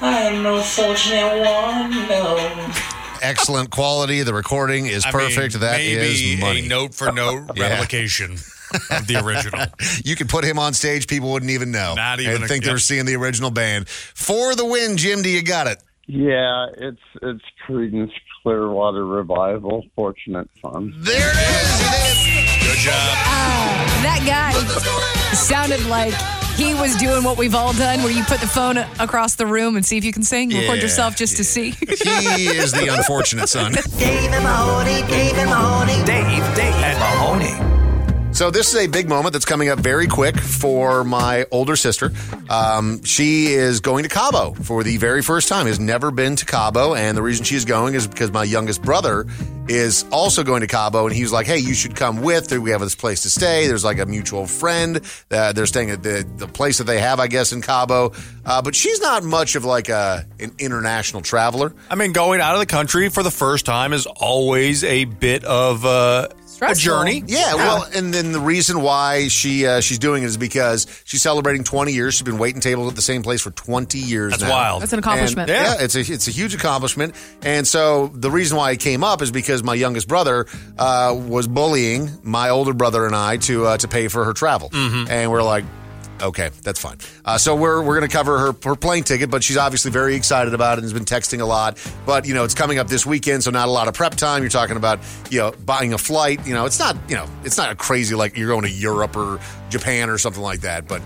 [SPEAKER 11] I am no fortunate one, no.
[SPEAKER 3] Excellent quality. The recording is
[SPEAKER 17] I mean,
[SPEAKER 3] perfect. That is
[SPEAKER 17] maybe
[SPEAKER 3] money.
[SPEAKER 17] a note for note
[SPEAKER 3] Yeah.
[SPEAKER 17] replication of the original.
[SPEAKER 3] you could put him on stage, people wouldn't even know.
[SPEAKER 17] Not even
[SPEAKER 3] and
[SPEAKER 17] a-
[SPEAKER 3] think they were
[SPEAKER 17] yep.
[SPEAKER 3] seeing the original band. For the win, Jim, do you got it?
[SPEAKER 15] Yeah, it's it's Creedence Clearwater Revival. Fortunate son.
[SPEAKER 3] There it is. Good job.
[SPEAKER 4] That guy sounded like he was doing what we've all done, where you put the phone across the room and see if you can sing, record
[SPEAKER 3] Yeah,
[SPEAKER 4] yourself just to see.
[SPEAKER 3] He is the unfortunate son.
[SPEAKER 11] Dave and Mahoney, Dave and Mahoney. Dave, Dave and Mahoney.
[SPEAKER 3] So this is a big moment that's coming up very quick for my older sister. Um, she is going to Cabo for the very first time. Has never been to Cabo, and the reason she's going is because my youngest brother is also going to Cabo, and he was like, "Hey, you should come with. We have this place to stay. There's like a mutual friend. Uh, they're staying at the the place that they have, I guess, in Cabo. Uh, but she's not much of like a an international traveler.
[SPEAKER 1] I mean, going out of the country for the first time is always a bit of uh,
[SPEAKER 4] stressful.
[SPEAKER 3] Yeah, well, and then the reason why she uh, she's doing it is because she's celebrating 20 years. She's been waiting tables at the same place for 20 years.
[SPEAKER 4] That's
[SPEAKER 3] now.
[SPEAKER 4] wild. That's an accomplishment.
[SPEAKER 3] And- yeah.
[SPEAKER 4] Yeah.
[SPEAKER 3] it's a it's a huge accomplishment. And so the reason why it came up is because my youngest brother uh, was bullying my older brother and I to uh, to pay for her travel, and we're like. Okay, that's fine. Uh, so we're we're going to cover her her plane ticket, but she's obviously very excited about it and has been texting a lot. But you know, it's coming up this weekend, so not a lot of prep time. You're talking about you know buying a flight. You know, it's not you know it's not a crazy like you're going to Europe or Japan or something like that. But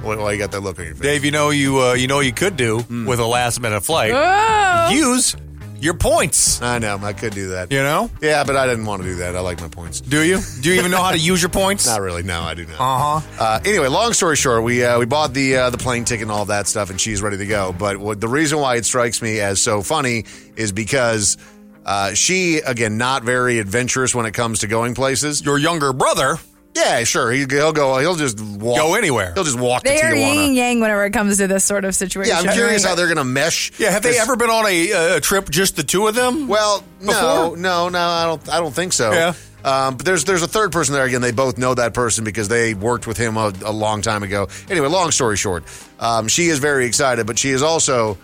[SPEAKER 3] why why you got that look on your face?
[SPEAKER 1] Dave, you know you uh, you know what you could do
[SPEAKER 3] Hmm.
[SPEAKER 1] with a last minute flight. Use your points.
[SPEAKER 3] I know I could do that.
[SPEAKER 1] You know?
[SPEAKER 3] Yeah, but I didn't want to do that. I like my points.
[SPEAKER 1] Do you? Do you even know how to use your points?
[SPEAKER 3] Not really. No, I do not.
[SPEAKER 1] Uh-huh.
[SPEAKER 3] Uh, anyway, long story short, we uh, we bought the uh, the plane ticket and all that stuff, and she's ready to go. But what, the reason why it strikes me as so funny is because uh, she, again, not very adventurous when it comes to going places.
[SPEAKER 1] Your younger brother,
[SPEAKER 3] yeah, sure, he, he'll go. He'll just walk.
[SPEAKER 1] Go anywhere.
[SPEAKER 3] He'll just walk
[SPEAKER 4] They
[SPEAKER 3] to
[SPEAKER 4] are yin
[SPEAKER 3] Tijuana.
[SPEAKER 4] and yang whenever it comes to this sort of situation.
[SPEAKER 3] Yeah, I'm curious how they're going to mesh.
[SPEAKER 1] Yeah, have they
[SPEAKER 3] this-
[SPEAKER 1] ever been on a, uh trip just the two of them?
[SPEAKER 3] Well, no,
[SPEAKER 1] before?
[SPEAKER 3] no, no. I don't. I don't think so.
[SPEAKER 1] Yeah.
[SPEAKER 3] Um, but there's there's a third person there again. They both know that person because they worked with him a, a long time ago. Anyway, long story short, um, she is very excited, but she is also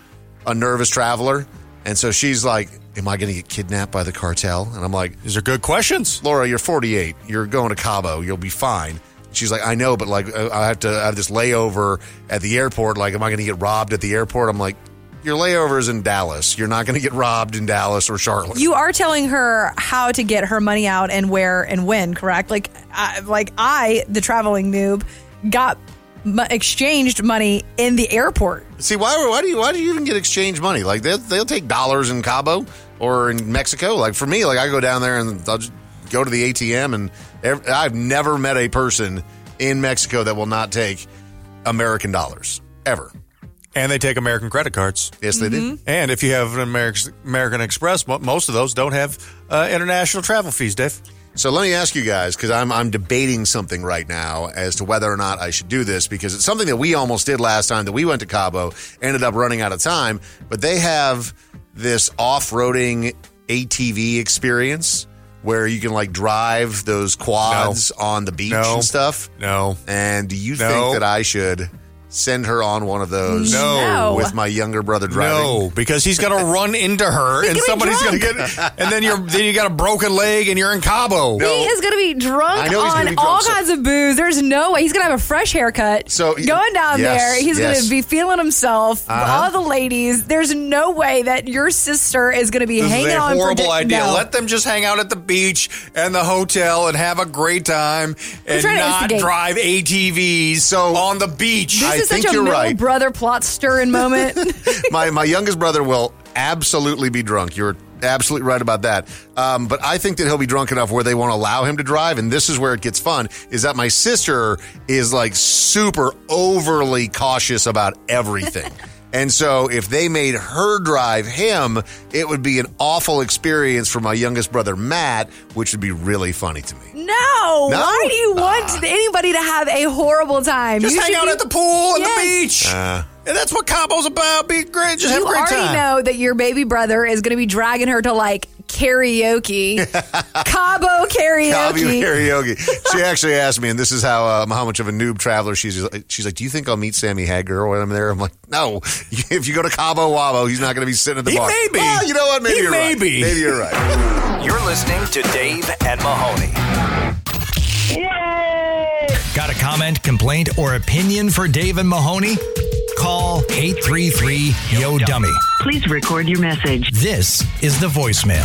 [SPEAKER 3] a nervous traveler, and so she's like, "Am I going to get kidnapped by the cartel?" And I'm like,
[SPEAKER 1] "These are good questions,
[SPEAKER 3] Laura. You're 48. You're going to Cabo. You'll be fine." She's like, "I know, but like, uh, I have to I have this layover at the airport. Like, am I going to get robbed at the airport?" I'm like. Your layover is in Dallas. You're not going to get robbed in Dallas or Charlotte.
[SPEAKER 4] You are telling her how to get her money out and where and when, correct? Like, I, like I, the traveling noob, got m- exchanged money in the airport.
[SPEAKER 3] See, why why do you why do you even get exchange money? Like they'll, they'll take dollars in Cabo or in Mexico. Like for me, like I go down there and I'll just go to the ATM, and ev I've never met a person in Mexico that will not take American dollars ever.
[SPEAKER 1] and they take American credit cards.
[SPEAKER 3] Yes, they do. Mhm.
[SPEAKER 1] And if you have an American American Express, mo- most of those don't have uh, international travel fees. Dave,
[SPEAKER 3] So let me ask you guys because I'm I'm debating something right now as to whether or not I should do this because it's something that we almost did last time that we went to Cabo, ended up running out of time, but they have this off-roading ATV experience where you can like drive those quads on the beach
[SPEAKER 1] No.
[SPEAKER 3] and stuff.
[SPEAKER 1] No.
[SPEAKER 3] And do you
[SPEAKER 1] No.
[SPEAKER 3] think that I should send her on one of those
[SPEAKER 1] No.
[SPEAKER 3] with my younger brother driving?
[SPEAKER 1] no, because he's going to run into her, and
[SPEAKER 4] gonna be
[SPEAKER 1] somebody's going to
[SPEAKER 4] drunk.
[SPEAKER 1] get, and then you're then you got a broken leg, and you're in Cabo.
[SPEAKER 4] He is going to be
[SPEAKER 3] I
[SPEAKER 4] drunk
[SPEAKER 3] know he's
[SPEAKER 4] on
[SPEAKER 3] gonna be drunk,
[SPEAKER 4] all
[SPEAKER 3] so-
[SPEAKER 4] kinds of booze. There's no way he's going to have a fresh haircut.
[SPEAKER 3] So-
[SPEAKER 4] going down
[SPEAKER 3] Yes,
[SPEAKER 4] there, he's
[SPEAKER 3] yes.
[SPEAKER 4] going to be feeling himself.
[SPEAKER 3] Uh-huh.
[SPEAKER 4] All the ladies. There's no way that your sister is going to be
[SPEAKER 1] This
[SPEAKER 4] hanging
[SPEAKER 1] is a
[SPEAKER 4] on.
[SPEAKER 1] horrible
[SPEAKER 4] for di-
[SPEAKER 1] idea.
[SPEAKER 4] No.
[SPEAKER 1] Let them just hang out at the beach and the hotel and have a great time and
[SPEAKER 4] trying to
[SPEAKER 1] not
[SPEAKER 4] instigate.
[SPEAKER 1] drive ATVs
[SPEAKER 3] So-
[SPEAKER 1] on the beach.
[SPEAKER 3] I
[SPEAKER 4] this is such
[SPEAKER 3] think
[SPEAKER 4] a
[SPEAKER 3] you're
[SPEAKER 4] middle
[SPEAKER 3] right.
[SPEAKER 4] brother plot stirring moment.
[SPEAKER 3] my my youngest brother will absolutely be drunk. You're absolutely right about that. Um, but I think that he'll be drunk enough where they won't allow him to drive. And this is where it gets fun: is that my sister is like super overly cautious about everything. And so, if they made her drive him, it would be an awful experience for my youngest brother, Matt, which would be really funny to me.
[SPEAKER 4] no, why do you want anybody to have a horrible time?
[SPEAKER 1] Just
[SPEAKER 4] You
[SPEAKER 1] hang
[SPEAKER 4] should
[SPEAKER 1] out
[SPEAKER 4] be-
[SPEAKER 1] at the pool and
[SPEAKER 4] Yes. Uh.
[SPEAKER 1] the beach. and that's what Cabo's about. Be great. Just have
[SPEAKER 4] you
[SPEAKER 1] a great
[SPEAKER 4] already
[SPEAKER 1] time.
[SPEAKER 4] know that your baby brother is going to be dragging her to like karaoke, Cabo karaoke.
[SPEAKER 3] Cabo karaoke. She actually asked me, and this is how um, how much of a noob traveler she's. She's like, "Do you think I'll meet Sammy Hagar when I'm there?" I'm like, "No. If you go to Cabo Wabo, he's not going to be sitting at the
[SPEAKER 2] He
[SPEAKER 3] bar.
[SPEAKER 2] may be.
[SPEAKER 3] Well, you know what? Maybe
[SPEAKER 2] He
[SPEAKER 3] you're
[SPEAKER 2] may
[SPEAKER 3] right.
[SPEAKER 2] be.
[SPEAKER 3] Maybe you're right.
[SPEAKER 2] You're listening to Dave and Mahoney. Got a comment, complaint, or opinion for Dave and Mahoney? Call 833 Yo Dummy. Please record your message. This is the voicemail.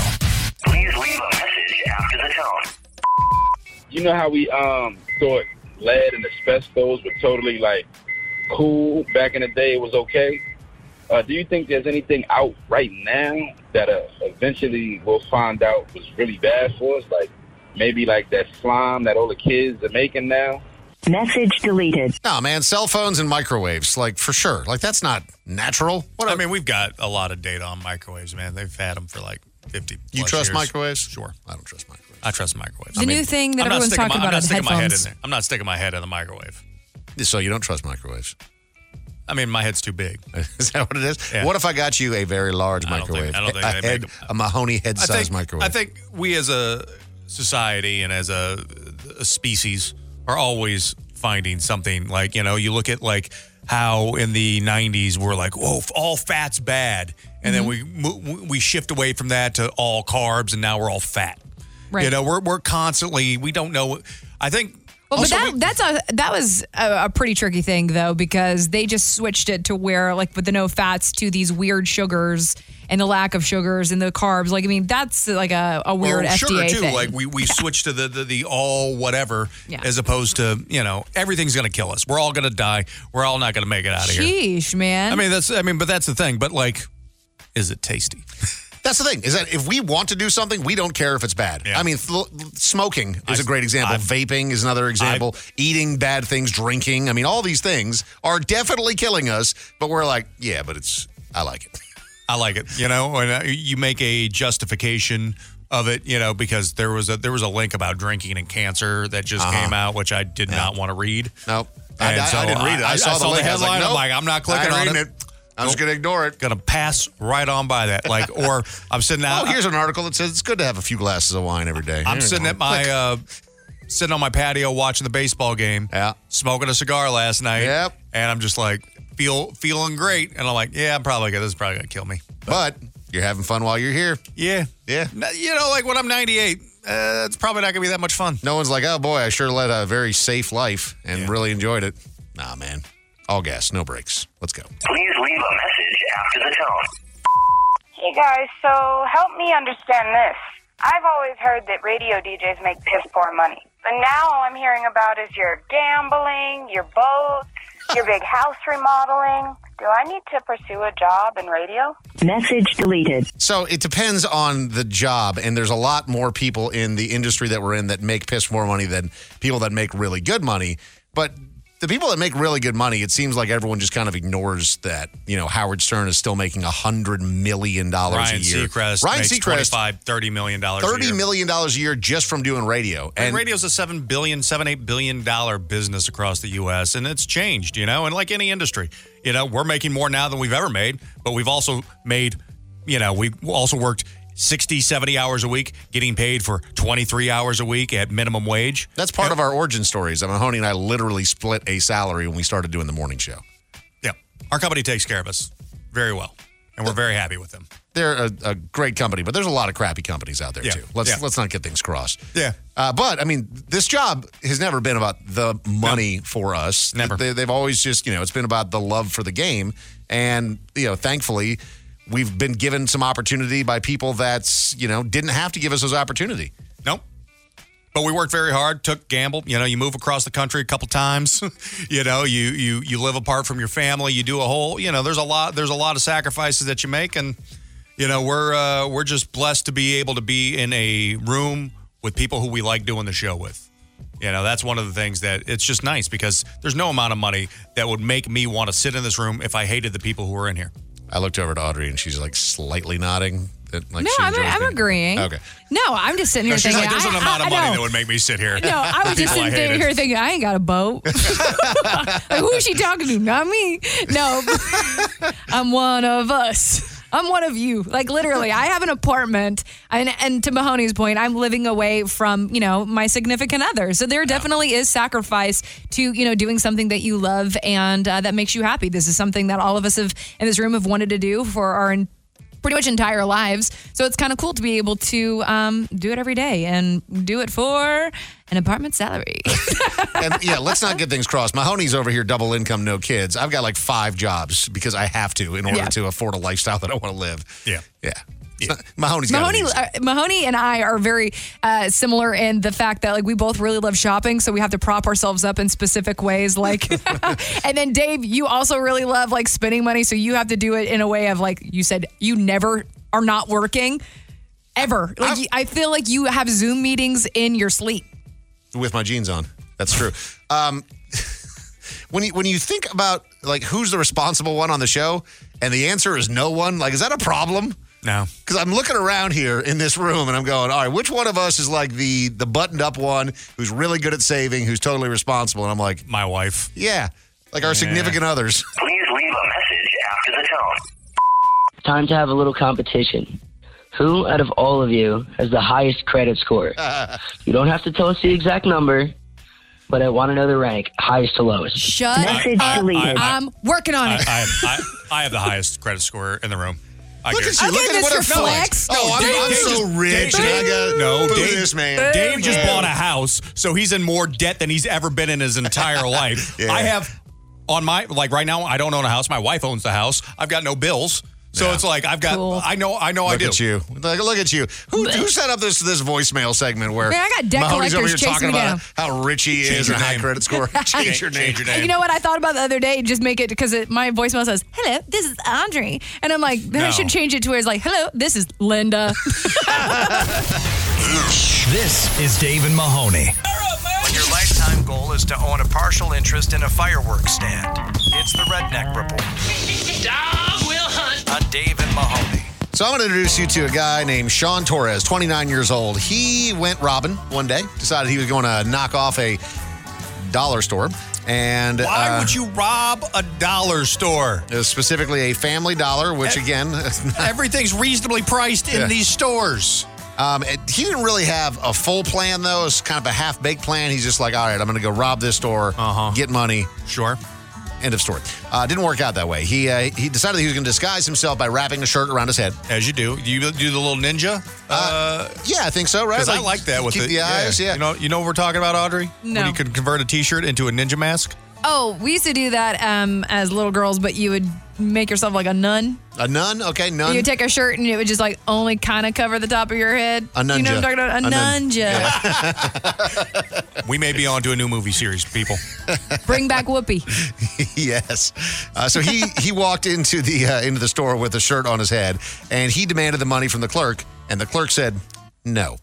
[SPEAKER 11] Please leave a message after the tone.
[SPEAKER 10] you know how we um thought lead and asbestos were totally like cool back in the day it was okay uh, do you think there's anything out right now that uh, eventually we'll find out was really bad for us like maybe like that slime that all the kids are making now
[SPEAKER 3] Message deleted. No, man. Cell phones and microwaves, like for sure. Like that's not natural. What
[SPEAKER 1] I mean, we've got a lot of data on microwaves, man. They've had them for like 50
[SPEAKER 3] You
[SPEAKER 1] plus
[SPEAKER 3] trust
[SPEAKER 1] years.
[SPEAKER 3] microwaves?
[SPEAKER 1] Sure.
[SPEAKER 3] I don't trust microwaves.
[SPEAKER 1] I trust microwaves.
[SPEAKER 4] The
[SPEAKER 1] I
[SPEAKER 4] new thing that
[SPEAKER 1] I'm not
[SPEAKER 4] everyone's
[SPEAKER 1] sticking
[SPEAKER 4] talking about
[SPEAKER 1] my, I'm
[SPEAKER 4] on
[SPEAKER 1] not sticking my head in
[SPEAKER 4] headphones.
[SPEAKER 1] there. I'm not sticking my head in the microwave.
[SPEAKER 3] So you don't trust microwaves?
[SPEAKER 1] I mean, my head's too big.
[SPEAKER 3] is that what it is?
[SPEAKER 1] Yeah.
[SPEAKER 3] What if I got you a very large microwave?
[SPEAKER 1] I don't think
[SPEAKER 3] a
[SPEAKER 1] they make
[SPEAKER 3] head, a Mahoney head
[SPEAKER 1] I
[SPEAKER 3] size
[SPEAKER 1] think,
[SPEAKER 3] microwave.
[SPEAKER 1] I think we as a society and as a, a species are always finding something like you know you look at like how in the 90s we're like whoa f- all fat's bad and
[SPEAKER 4] Mm-hmm.
[SPEAKER 1] then we mo- we shift away from that to all carbs and now we're all fat
[SPEAKER 4] Right.
[SPEAKER 1] you know we're, we're constantly we don't know i think
[SPEAKER 4] Well,
[SPEAKER 1] also
[SPEAKER 4] but that
[SPEAKER 1] we-
[SPEAKER 4] that's a that was a, a pretty tricky thing though because they just switched it to where like with the no fats to these weird sugars and the lack of sugars and the carbs. Like I mean that's like a, a weird
[SPEAKER 1] Well,
[SPEAKER 4] FDA
[SPEAKER 1] sugar too.
[SPEAKER 4] thing.
[SPEAKER 1] Like we we switched to the, the the all whatever
[SPEAKER 4] Yeah.
[SPEAKER 1] as opposed to you know everything's going to kill us. We're all going to die. We're all not going to make it out of here.
[SPEAKER 4] Sheesh, man.
[SPEAKER 1] I mean that's I mean but that's the thing. But like, is it tasty?
[SPEAKER 3] That's the thing is that if we want to do something, we don't care if it's bad. I mean, th- smoking is a great example. Vaping is another example. Eating bad things, drinking. I mean, all these things are definitely killing us. But we're like, yeah, but it's I like it.
[SPEAKER 1] I like it. You know, and uh, you make a justification of it. You know, because there was a there was a link about drinking and cancer that just
[SPEAKER 3] Uh-huh.
[SPEAKER 1] came out, which I did not want to read.
[SPEAKER 3] No, I- I- I didn't read it. I saw the link. I was like,
[SPEAKER 1] headline.
[SPEAKER 3] nope,
[SPEAKER 1] I'm like, I'm
[SPEAKER 3] I ain't
[SPEAKER 1] not clicking on
[SPEAKER 3] reading
[SPEAKER 1] it.
[SPEAKER 3] it. I'm just gonna ignore it.
[SPEAKER 1] Gonna pass right on by that. Like, or I'm sitting out.
[SPEAKER 3] Oh, here's an article that says it's good to have a few glasses of wine every day.
[SPEAKER 1] Uh,
[SPEAKER 3] There
[SPEAKER 1] I'm
[SPEAKER 3] you
[SPEAKER 1] sitting
[SPEAKER 3] go.
[SPEAKER 1] at my
[SPEAKER 3] Click.
[SPEAKER 1] uh, sitting on my patio watching the baseball game. Yeah, smoking a cigar last night. Yep, and I'm just like feel feeling great, and I'm like, yeah, I'm probably gonna, this is probably gonna kill me.
[SPEAKER 3] But you're having fun while you're here.
[SPEAKER 1] Yeah,
[SPEAKER 3] yeah.
[SPEAKER 1] You know, like when I'm 98, uh, it's probably not gonna be that much fun.
[SPEAKER 3] No one's like, oh boy, I sure led a very safe life and really enjoyed it. Nah, man. All gas, no brakes. Let's go.
[SPEAKER 11] Please leave a message after the tone.
[SPEAKER 10] Hey guys, so help me understand this. I've always heard that radio DJs make piss poor money, but now all I'm hearing about is your gambling, your boat, your big house remodeling. Do I need to pursue a job in radio?
[SPEAKER 3] Message deleted. So it depends on the job, and there's a lot more people in the industry that we're in that make piss more money than people that make really good money. But the people that make really good money, it seems like everyone just kind of ignores that. You know, Howard Stern is still making a hundred million dollars a
[SPEAKER 1] Ryan
[SPEAKER 3] year.
[SPEAKER 1] Seacrest,
[SPEAKER 3] Ryan
[SPEAKER 1] makes
[SPEAKER 3] Seacrest,
[SPEAKER 1] 25, 30 million dollars,
[SPEAKER 3] thirty million dollars a year just from doing radio,
[SPEAKER 1] And radio's a seven billion, seven eight billion dollar business across the U.S. and it's changed, you know. And like any industry, you know, we're making more now than we've ever made, but we've also made, you know, we also worked 60, 70 hours a week, getting paid for twenty three hours a week at minimum wage.
[SPEAKER 3] That's part of our origin stories. I mean, Mahoney and I literally split a salary when we started doing the morning show.
[SPEAKER 1] Yeah, our company takes care of us very well, and we're very happy with them.
[SPEAKER 3] They're a, a great company, but there's a lot of crappy companies out there
[SPEAKER 1] Yeah.
[SPEAKER 3] too. Let's
[SPEAKER 1] Yeah.
[SPEAKER 3] let's not get things crossed.
[SPEAKER 1] Yeah.
[SPEAKER 3] Uh, but I mean, this job has never been about the money for us. Never. They, they've always just you know it's been about the love for the game, and you know, thankfully, we've been given some opportunity by people that's you know didn't have to give us those opportunity.
[SPEAKER 1] Nope. But we worked very hard, took gamble. You know, you move across the country a couple times. you know, you you you live apart from your family. You do a whole. You know, there's a lot. There's a lot of sacrifices that you make, and you know, we're uh, we're just blessed to be able to be in a room with people who we like doing the show with. You know, that's one of the things that it's just nice because there's no amount of money that would make me want to sit in this room if I hated the people who are in here.
[SPEAKER 3] I looked over to Audrey and she's like slightly nodding. That, like
[SPEAKER 4] no,
[SPEAKER 3] she
[SPEAKER 4] I'm,
[SPEAKER 3] enjoys
[SPEAKER 4] I'm
[SPEAKER 3] being-
[SPEAKER 4] agreeing.
[SPEAKER 3] Okay.
[SPEAKER 4] No, I'm just sitting here
[SPEAKER 1] she's
[SPEAKER 4] thinking.
[SPEAKER 1] like, there's
[SPEAKER 4] I,
[SPEAKER 1] an amount
[SPEAKER 4] I-
[SPEAKER 1] of money
[SPEAKER 4] I,
[SPEAKER 1] that would make me sit here.
[SPEAKER 4] No, I was just sitting
[SPEAKER 1] People hated.
[SPEAKER 4] here thinking I ain't got a boat. like, who is she talking to? Not me. No, I'm one of us. I'm one of you. Like literally, I have an apartment, and and to Mahoney's point, I'm living away from you know my significant other. So there definitely is sacrifice to you know doing something that you love and uh, that makes you happy. This is something that all of us have in this room have wanted to do for our. En- pretty much entire lives. So it's kind of cool to be able to um, do it every day and do it for an apartment salary.
[SPEAKER 3] and yeah, let's not get things crossed. Mahoney's over here, double income, no kids. I've got like five jobs because I have to in order
[SPEAKER 4] Yeah.
[SPEAKER 3] to afford a lifestyle that I want to live. Yeah, yeah. Mahoney's got
[SPEAKER 4] Mahoney,
[SPEAKER 3] it easy.
[SPEAKER 4] uh, Mahoney and I are very uh, similar in the fact that like we both really love shopping, so we have to prop ourselves up in specific ways. Like, and then Dave, you also really love like spending money, so you have to do it in a way of like you said, you never are not working ever. Like you- I feel like you have Zoom meetings in your sleep. uh,
[SPEAKER 3] with my jeans on. That's true. Um, when you when you think about like who's the responsible one on the show, and the answer is no one. Like, is that a problem?
[SPEAKER 1] No.
[SPEAKER 3] Because I'm looking around here in this room and I'm going, all right, which one of us is like the the buttoned up one who's really good at saving, who's totally responsible? And I'm like,
[SPEAKER 1] my wife.
[SPEAKER 3] Yeah, like our significant others.
[SPEAKER 11] Please leave a message after the tone.
[SPEAKER 18] Time to have a little competition. Who out of all of you has the highest credit score? you don't have to tell us the exact number, but I want to know the rank, highest to lowest.
[SPEAKER 4] Shut
[SPEAKER 18] Message
[SPEAKER 4] up.
[SPEAKER 18] deleted.
[SPEAKER 4] I'm working on
[SPEAKER 17] I,
[SPEAKER 4] it.
[SPEAKER 17] I, I, I have the highest credit score in the room. I
[SPEAKER 4] Look
[SPEAKER 17] guarantee it.
[SPEAKER 4] at you. Look Okay, at what Mr. her- no, Flex.
[SPEAKER 3] No, Oh, I'm,
[SPEAKER 17] Dave-
[SPEAKER 3] I'm
[SPEAKER 17] Dave
[SPEAKER 3] so
[SPEAKER 17] just-
[SPEAKER 3] rich.
[SPEAKER 17] Dave-
[SPEAKER 3] and I got
[SPEAKER 17] no,
[SPEAKER 3] boo
[SPEAKER 17] Dave,
[SPEAKER 3] this man.
[SPEAKER 17] Dave just bought a house, so he's in more debt than he's ever been in his entire life. I have on my like right now, I don't own a house. My wife owns the house. I've got no bills, so it's like I've got. I know, I know, I
[SPEAKER 3] Look
[SPEAKER 17] do.
[SPEAKER 3] at you. Look, look at you. Who, who set up this this voicemail segment where
[SPEAKER 4] Man, I got debt
[SPEAKER 3] Mahoney's over here
[SPEAKER 4] collectors
[SPEAKER 3] talking
[SPEAKER 4] chasing me
[SPEAKER 3] about
[SPEAKER 4] down.
[SPEAKER 3] how rich he
[SPEAKER 17] Change
[SPEAKER 3] is
[SPEAKER 17] your
[SPEAKER 3] and high
[SPEAKER 17] name.
[SPEAKER 3] credit score? Change your name.
[SPEAKER 17] your
[SPEAKER 4] And you know what I thought about the other day? Just make it because it, my voicemail says, "Hello, this is Andre," and I'm like, then I
[SPEAKER 2] No.
[SPEAKER 4] should change it to where it's like, "Hello, this is Linda."
[SPEAKER 2] This is Dave and Mahoney. When your lifetime goal is to own a partial interest in a fireworks stand, it's the Redneck Report. Dog will hunt. On Dave and Mahoney.
[SPEAKER 3] So I'm going to introduce you to a guy named Sean Torres, 29 years old. He went robbing one day, decided he was going to knock off a dollar store. And
[SPEAKER 17] Why
[SPEAKER 3] uh,
[SPEAKER 17] would you rob a dollar store?
[SPEAKER 3] it was specifically a Family Dollar, which
[SPEAKER 17] Ev-
[SPEAKER 3] again,
[SPEAKER 17] everything's reasonably priced in these
[SPEAKER 3] stores. Um, it- he didn't really have a full plan though. It's kind of a half baked plan. He's just like, all right, I'm going to go rob this store,
[SPEAKER 17] Uh-huh.
[SPEAKER 3] get money.
[SPEAKER 17] Sure.
[SPEAKER 3] End of story. Uh, didn't work out that way. He uh, he decided he was going to disguise himself by wrapping a shirt around his head.
[SPEAKER 17] As you do. Do you do the little ninja? Uh,
[SPEAKER 3] yeah, I think so, right?
[SPEAKER 17] Because I
[SPEAKER 3] Like,
[SPEAKER 17] like that with
[SPEAKER 3] keep the eyes, yeah.
[SPEAKER 17] You know, you know what we're talking about, Audrey?
[SPEAKER 4] No.
[SPEAKER 17] When you could convert a T-shirt into a ninja mask.
[SPEAKER 4] oh, we used to do that um, as little girls, but you would make yourself like a nun.
[SPEAKER 3] A nun? Okay, nun.
[SPEAKER 4] You would take a shirt and it would just like only kind of cover the top of your head.
[SPEAKER 3] A
[SPEAKER 4] You know
[SPEAKER 3] nunja.
[SPEAKER 4] what I'm talking about? A,
[SPEAKER 3] A nun-
[SPEAKER 4] nunja.
[SPEAKER 17] We may be on to a new movie series, people.
[SPEAKER 4] Bring back Whoopi.
[SPEAKER 3] yes. Uh, so he he walked into the uh, into the store with a shirt on his head, and he demanded the money from the clerk, and the clerk said no.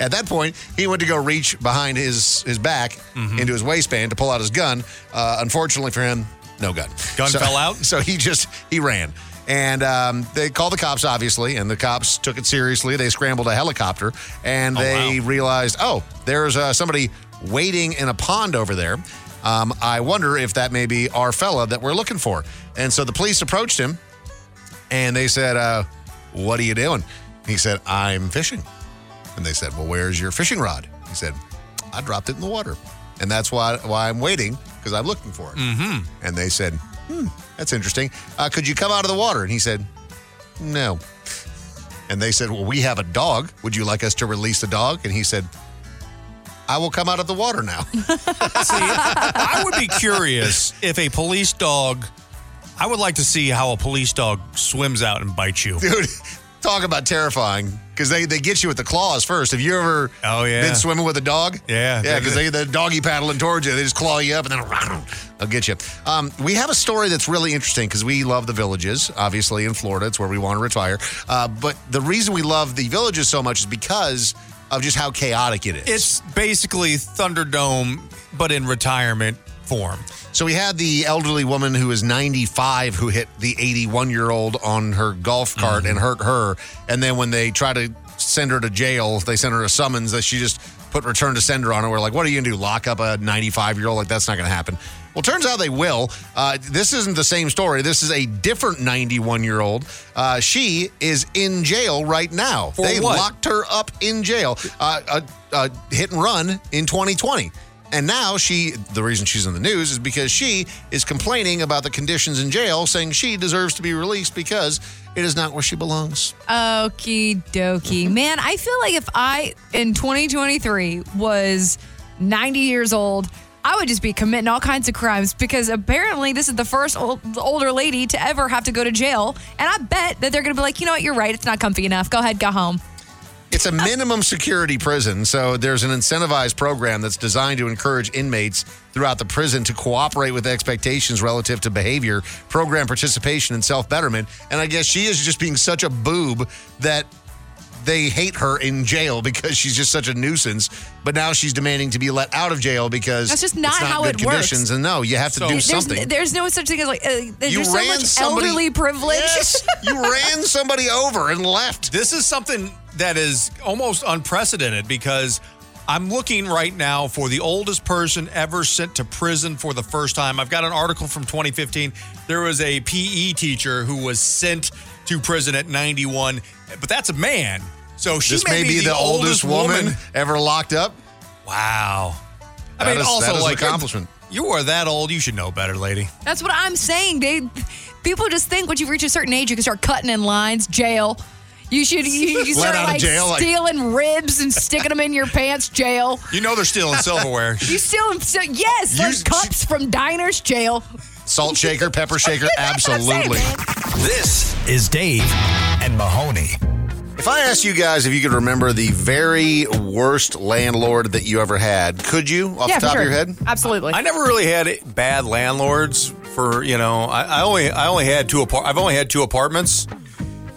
[SPEAKER 3] At that point, he went to go reach behind his his back
[SPEAKER 17] Mm-hmm.
[SPEAKER 3] into his waistband to pull out his gun. Uh, unfortunately for him, no gun.
[SPEAKER 17] Gun
[SPEAKER 3] So-
[SPEAKER 17] fell out?
[SPEAKER 3] So he just he ran. And um, they called the cops, obviously, and the cops took it seriously. They scrambled a helicopter, and they realized, oh, there's uh, somebody waiting in a pond over there. Um, I wonder if that may be our fella that we're looking for. And so the police approached him, and they said, uh, "What are you doing?" He said, "I'm fishing." And they said, "Well, where's your fishing rod?" He said, "I dropped it in the water, and that's why why I'm waiting because I'm looking for it." Mm-hmm. And they said, "Hmm, that's interesting. Uh, could you come out of the water?" And he said, "No." And they said, "Well, we have a dog. Would you like us to release the dog?" And he said, "I will come out of the water now."
[SPEAKER 17] I would be curious if a police dog. I would like to see how a police dog swims out and bites you.
[SPEAKER 3] dude. Talk about terrifying because they, they get you with the claws first. Have you ever
[SPEAKER 17] Oh, yeah.
[SPEAKER 3] been swimming with a dog?
[SPEAKER 17] Yeah.
[SPEAKER 3] yeah, because they the doggy paddling towards you, they just claw you up and then they'll get you. Um, we have a story that's really interesting because we love the villages. Obviously, in Florida, it's where we want to retire. Uh, but the reason we love the villages so much is because of just how chaotic it is.
[SPEAKER 17] It's basically Thunderdome, but in retirement form.
[SPEAKER 3] So we had the elderly woman who is 95 who hit the 81 year old on her golf cart
[SPEAKER 17] Mm-hmm.
[SPEAKER 3] and hurt her. And then when they try to send her to jail, they sent her a summons that she just put return to sender on her. We're like, what are you going to do? Lock up a 95 year old? Like, that's not going to happen. Well, turns out they will. Uh, this isn't the same story. This is a different 91 year old. Uh, she is in jail right now.
[SPEAKER 17] For
[SPEAKER 3] they
[SPEAKER 17] what?
[SPEAKER 3] locked her up in jail. Uh, a, a hit and run in 2020. And now she, the reason she's in the news is because she is complaining about the conditions in jail, saying she deserves to be released because it is not where she belongs.
[SPEAKER 4] Okie dokie. Man, I feel like if I, in 2023, was 90 years old, I would just be committing all kinds of crimes because apparently this is the first old, older lady to ever have to go to jail. And I bet that they're going to be like, you know what, you're right. It's not comfy enough. Go ahead, go home.
[SPEAKER 3] It's a minimum security prison, so there's an incentivized program that's designed to encourage inmates throughout the prison to cooperate with expectations relative to behavior, program participation, and self betterment. And I guess she is just being such a boob that they hate her in jail because she's just such a nuisance. But now she's demanding to be let out of jail because
[SPEAKER 4] That's just
[SPEAKER 3] it's
[SPEAKER 4] not how
[SPEAKER 3] good
[SPEAKER 4] it works.
[SPEAKER 3] conditions. And no, you have to do
[SPEAKER 4] there's,
[SPEAKER 3] something.
[SPEAKER 4] There's no such thing as like, uh, there's
[SPEAKER 3] You
[SPEAKER 4] so
[SPEAKER 3] ran
[SPEAKER 4] much
[SPEAKER 3] somebody-
[SPEAKER 4] elderly privilege.
[SPEAKER 3] Yes, you ran somebody over and left.
[SPEAKER 17] This is something that is almost unprecedented because I'm looking right now for the oldest person ever sent to prison for the first time. I've got an article from 2015. There was a PE teacher who was sent to prison at 91, but that's a man. So she
[SPEAKER 3] this may, be, the, oldest, woman, ever locked up.
[SPEAKER 17] Wow. I
[SPEAKER 3] That
[SPEAKER 17] mean,
[SPEAKER 3] is-
[SPEAKER 17] also
[SPEAKER 3] that is an
[SPEAKER 17] like
[SPEAKER 3] accomplishment.
[SPEAKER 17] You are that old. You should know better, lady.
[SPEAKER 4] That's what I'm saying. They people just think once you reach a certain age, you can start cutting in lines, jail. You should you,
[SPEAKER 17] Let
[SPEAKER 4] you start
[SPEAKER 17] out of
[SPEAKER 4] like
[SPEAKER 17] jail, like-
[SPEAKER 4] stealing ribs and sticking them in your pants, jail.
[SPEAKER 17] You know they're stealing silverware.
[SPEAKER 4] You stealing so yes, like cups from diners, jail.
[SPEAKER 3] Salt shaker, pepper shaker,
[SPEAKER 4] absolutely.
[SPEAKER 2] This is Dave and Mahoney.
[SPEAKER 3] If I asked you guys if you could remember the very worst landlord that you ever had, could you off the top of your head?
[SPEAKER 4] Absolutely.
[SPEAKER 17] I never really had it- bad landlords for you know. I, I only I only had two apart. I've only had two apartments.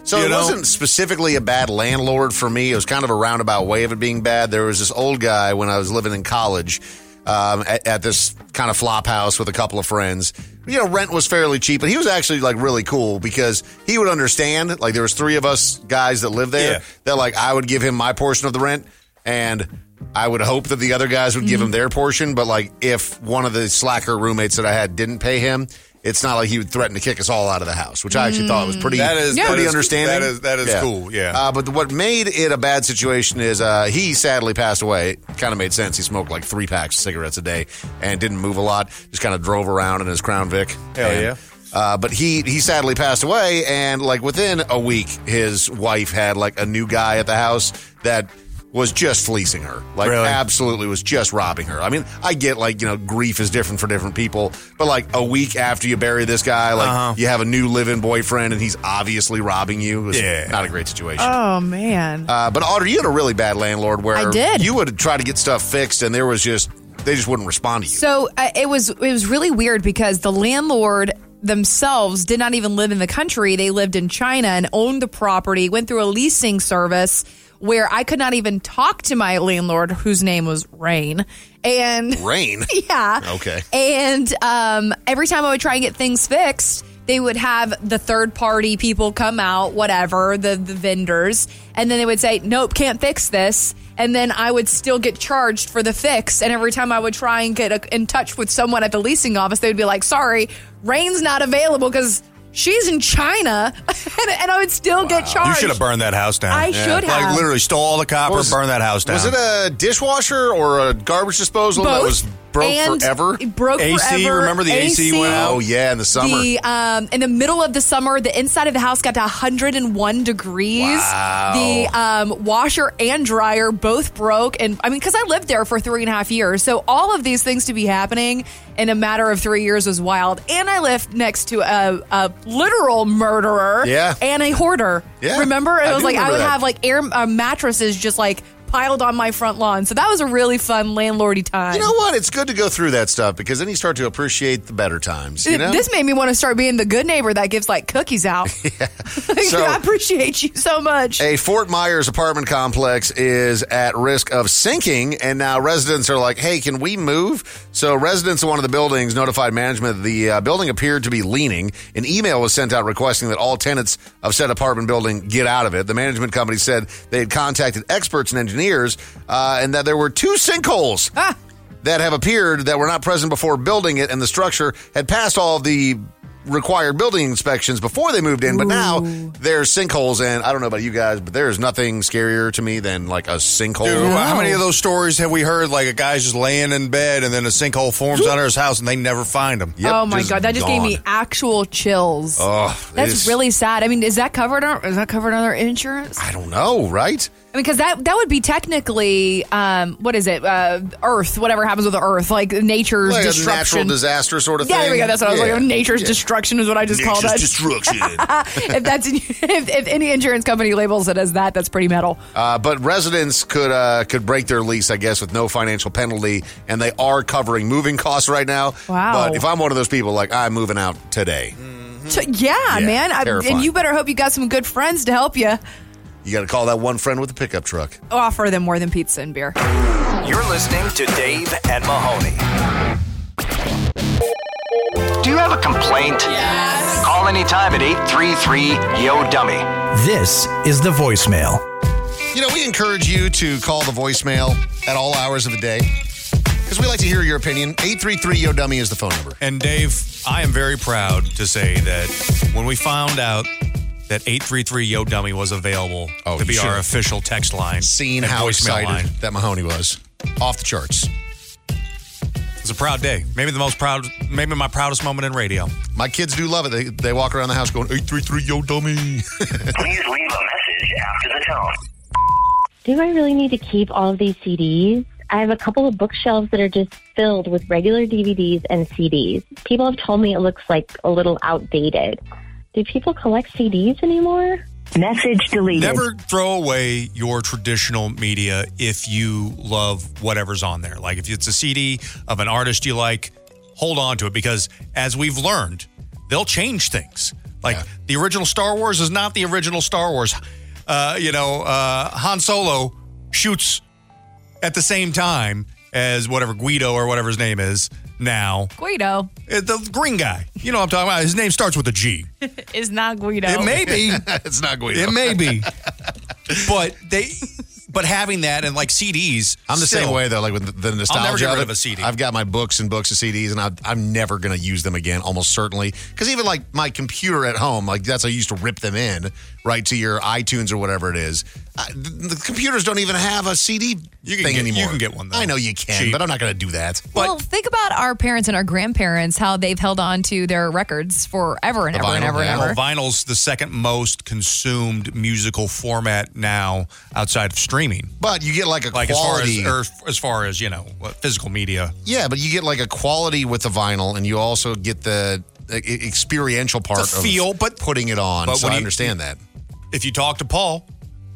[SPEAKER 3] So
[SPEAKER 17] you
[SPEAKER 3] it
[SPEAKER 17] know?
[SPEAKER 3] wasn't specifically a bad landlord for me. It was kind of a roundabout way of it being bad. There was this old guy when I was living in college um, at, at this kind of flop house with a couple of friends. You know, rent was fairly cheap, and he was actually like really cool because he would understand. Like there was three of us guys that lived there.
[SPEAKER 17] Yeah.
[SPEAKER 3] That like I would give him my portion of the rent, and I would hope that the other guys would
[SPEAKER 17] Mm-hmm.
[SPEAKER 3] give him their portion. But like if one of the slacker roommates that I had didn't pay him. It's not like he would threaten to kick us all out of the house, which I actually thought
[SPEAKER 17] Mm.
[SPEAKER 3] was pretty
[SPEAKER 17] That is- Yeah.
[SPEAKER 3] pretty
[SPEAKER 17] that is-
[SPEAKER 3] understanding.
[SPEAKER 17] that is- that is cool, yeah.
[SPEAKER 3] Uh, but what made it a bad situation is uh, he sadly passed away. It kind of made sense. He smoked like three packs of cigarettes a day and didn't move a lot. Just kind of drove around in his Crown Vic.
[SPEAKER 17] Hell
[SPEAKER 3] And,
[SPEAKER 17] yeah.
[SPEAKER 3] Uh, but he he sadly passed away, and like within a week, his wife had like a new guy at the house that was just fleecing her, like
[SPEAKER 17] Really?
[SPEAKER 3] absolutely was just robbing her. I mean, I get like you know grief is different for different people, but like a week after you bury this guy, like
[SPEAKER 17] Uh-huh.
[SPEAKER 3] you have a new live-in boyfriend, and he's obviously robbing you. It was
[SPEAKER 17] Yeah.
[SPEAKER 3] not a great situation.
[SPEAKER 4] Oh man.
[SPEAKER 3] Uh, but Otter, you had a really bad landlord where
[SPEAKER 4] I did.
[SPEAKER 3] you would try to get stuff fixed, and there was just they just wouldn't respond to you.
[SPEAKER 4] So uh, it was it was really weird because the landlord themselves did not even live in the country. They lived in China and owned the property. Went through a leasing service where I could not even talk to my landlord, whose name was Rain. And
[SPEAKER 3] Rain?
[SPEAKER 4] yeah.
[SPEAKER 3] Okay.
[SPEAKER 4] And um, every time I would try and get things fixed, they would have the third party people come out, whatever, the, the vendors. And then they would say, nope, can't fix this. And then I would still get charged for the fix. And every time I would try and get a, in touch with someone at the leasing office, they would be like, sorry, Rain's not available because she's in China. and, and I would still get
[SPEAKER 17] You
[SPEAKER 4] charged.
[SPEAKER 17] should have burned that house down.
[SPEAKER 4] I should have.
[SPEAKER 17] Like literally stole all the copper,
[SPEAKER 3] Was-
[SPEAKER 17] burned that house down.
[SPEAKER 3] Was it a dishwasher or a garbage disposal that
[SPEAKER 4] Both.
[SPEAKER 3] was broke
[SPEAKER 4] And
[SPEAKER 3] forever?
[SPEAKER 4] it broke AC, forever. remember the AC went out?
[SPEAKER 3] Oh yeah, in the summer.
[SPEAKER 4] The um, in the middle of the summer, the inside of the house got to 101 degrees.
[SPEAKER 3] Wow.
[SPEAKER 4] The um, washer and dryer both broke, and I mean, because I lived there for three and a half years, so all of these things to be happening in a matter of three years was wild. And I lived next to a, a literal murderer,
[SPEAKER 3] Yeah.
[SPEAKER 4] and a hoarder.
[SPEAKER 3] Yeah.
[SPEAKER 4] remember? It
[SPEAKER 3] I
[SPEAKER 4] was
[SPEAKER 3] do
[SPEAKER 4] like I
[SPEAKER 3] remember
[SPEAKER 4] would
[SPEAKER 3] that.
[SPEAKER 4] have like air uh, mattresses just like piled on my front lawn. So that was a really fun landlordy time.
[SPEAKER 3] you know what? It's good to go through that stuff because then you start to appreciate the better times. You
[SPEAKER 4] Th-
[SPEAKER 3] know,
[SPEAKER 4] This made me want to start being the good neighbor that gives like cookies out.
[SPEAKER 3] So-
[SPEAKER 4] I appreciate you so much.
[SPEAKER 3] A Fort Myers apartment complex is at risk of sinking, and now residents are like, hey, can we move? So, residents of one of the buildings notified management that the uh, building appeared to be leaning. An email was sent out requesting that all tenants of said apartment building get out of it. The management company said they had contacted experts and engineers uh, and that there were two sinkholes. That have appeared that were not present before building it, and the structure had passed all of the required building inspections before they moved in, but now there's sinkholes. And I don't know about you guys, but there is nothing scarier to me than like a sinkhole.
[SPEAKER 17] Dude, How many of those stories have we heard? Like a guy's just laying in bed and then a sinkhole forms under his house and they never find him.
[SPEAKER 4] oh my god, that just gave me actual chills.
[SPEAKER 17] Oh,
[SPEAKER 4] That's really sad. I mean, is that covered? On, is that covered under insurance?
[SPEAKER 3] I don't know, right?
[SPEAKER 4] I mean, because that that would be technically, um, what is it? Uh, Earth, whatever happens with the Earth, like nature's
[SPEAKER 3] Like a natural
[SPEAKER 4] destruction.
[SPEAKER 3] disaster sort of
[SPEAKER 4] yeah,
[SPEAKER 3] thing.
[SPEAKER 4] there we go. That's what I was
[SPEAKER 3] Yeah.
[SPEAKER 4] like. Nature's
[SPEAKER 3] Yeah.
[SPEAKER 4] destruction is what I just called it.
[SPEAKER 3] Nature's destruction.
[SPEAKER 4] if that's if, if any insurance company labels it as that, that's pretty metal.
[SPEAKER 3] Uh, but residents could uh, could break their lease, I guess, with no financial penalty, and they are covering moving costs right now.
[SPEAKER 4] Wow.
[SPEAKER 3] But if I'm one of those people, like I'm moving out today,
[SPEAKER 4] So, yeah, man. I,
[SPEAKER 3] terrifying.
[SPEAKER 4] and you better hope you got some good friends to help you
[SPEAKER 3] you got to call that one friend with a pickup truck.
[SPEAKER 4] offer them more than pizza and beer.
[SPEAKER 2] You're listening to Dave and Mahoney.
[SPEAKER 19] Do you have a complaint? Yes. Call anytime at 833 Yo Dummy.
[SPEAKER 2] This is the voicemail.
[SPEAKER 3] You know, we encourage you to call the voicemail at all hours of the day because we like to hear your opinion. 833 Yo Dummy is the phone number.
[SPEAKER 1] And Dave, I am very proud to say that when we found out that 833 Yo Dummy was available to
[SPEAKER 3] Oh, you
[SPEAKER 1] be
[SPEAKER 3] should
[SPEAKER 1] our
[SPEAKER 3] have
[SPEAKER 1] official text line,
[SPEAKER 3] Seeing
[SPEAKER 1] and
[SPEAKER 3] how
[SPEAKER 1] voicemail
[SPEAKER 3] excited
[SPEAKER 1] line,
[SPEAKER 3] that Mahoney was. Off the charts.
[SPEAKER 1] It's a proud day. Maybe the most proud, maybe my proudest moment in radio.
[SPEAKER 3] My kids do love it. They, they walk around the house going, 833 Yo Dummy.
[SPEAKER 11] Please leave a message after the tone.
[SPEAKER 10] Do I really need to keep all of these CDs? I have a couple of bookshelves that are just filled with regular DVDs and CDs. People have told me it looks like a little outdated. Do people collect CDs anymore? Message deleted.
[SPEAKER 1] Never throw away your traditional media if you love whatever's on there. Like if it's a CD of an artist you like, hold on to it because as we've learned, they'll change things. Like the original Star Wars is not the original Star Wars. Uh, you know, uh, Han Solo shoots at the same time as whatever Guido or whatever his name is now.
[SPEAKER 4] Guido
[SPEAKER 1] Uh, The green guy. You know what I'm talking about. His name starts with a G.
[SPEAKER 4] is not Guido.
[SPEAKER 1] It may be.
[SPEAKER 3] it's not Guido.
[SPEAKER 1] It may be. but they but having that and like CDs.
[SPEAKER 3] I'm the
[SPEAKER 1] still-
[SPEAKER 3] same way though. Like with the- the nostalgia.
[SPEAKER 1] never get rid
[SPEAKER 3] it,
[SPEAKER 1] of a CD.
[SPEAKER 3] I've got my books and books of CDs, and I, I'm never going to use them again, almost certainly. Because even like my computer at home, like that's how you used to rip them in, right to your iTunes or whatever it is. I, th- the, computers don't even have a CD
[SPEAKER 1] You can
[SPEAKER 3] thing
[SPEAKER 1] get-
[SPEAKER 3] anymore.
[SPEAKER 1] you can get one, though.
[SPEAKER 3] I know you can,
[SPEAKER 1] Cheap.
[SPEAKER 3] but I'm not going to do that.
[SPEAKER 4] well, think about our parents and our grandparents, how they've held on to their records forever and ever and ever and ever.
[SPEAKER 1] Well, vinyl's the second most consumed musical format now outside of streaming.
[SPEAKER 3] But you get like a
[SPEAKER 1] Like
[SPEAKER 3] quality.
[SPEAKER 1] as far as or as far as you know, what, physical media.
[SPEAKER 3] yeah, but you get like a quality with the vinyl, and you also get the uh, e- experiential part
[SPEAKER 1] The
[SPEAKER 3] of
[SPEAKER 1] feel, but
[SPEAKER 3] putting it on.
[SPEAKER 1] but
[SPEAKER 3] so
[SPEAKER 1] when
[SPEAKER 3] I
[SPEAKER 1] you-
[SPEAKER 3] understand that.
[SPEAKER 1] If you talk to Paul,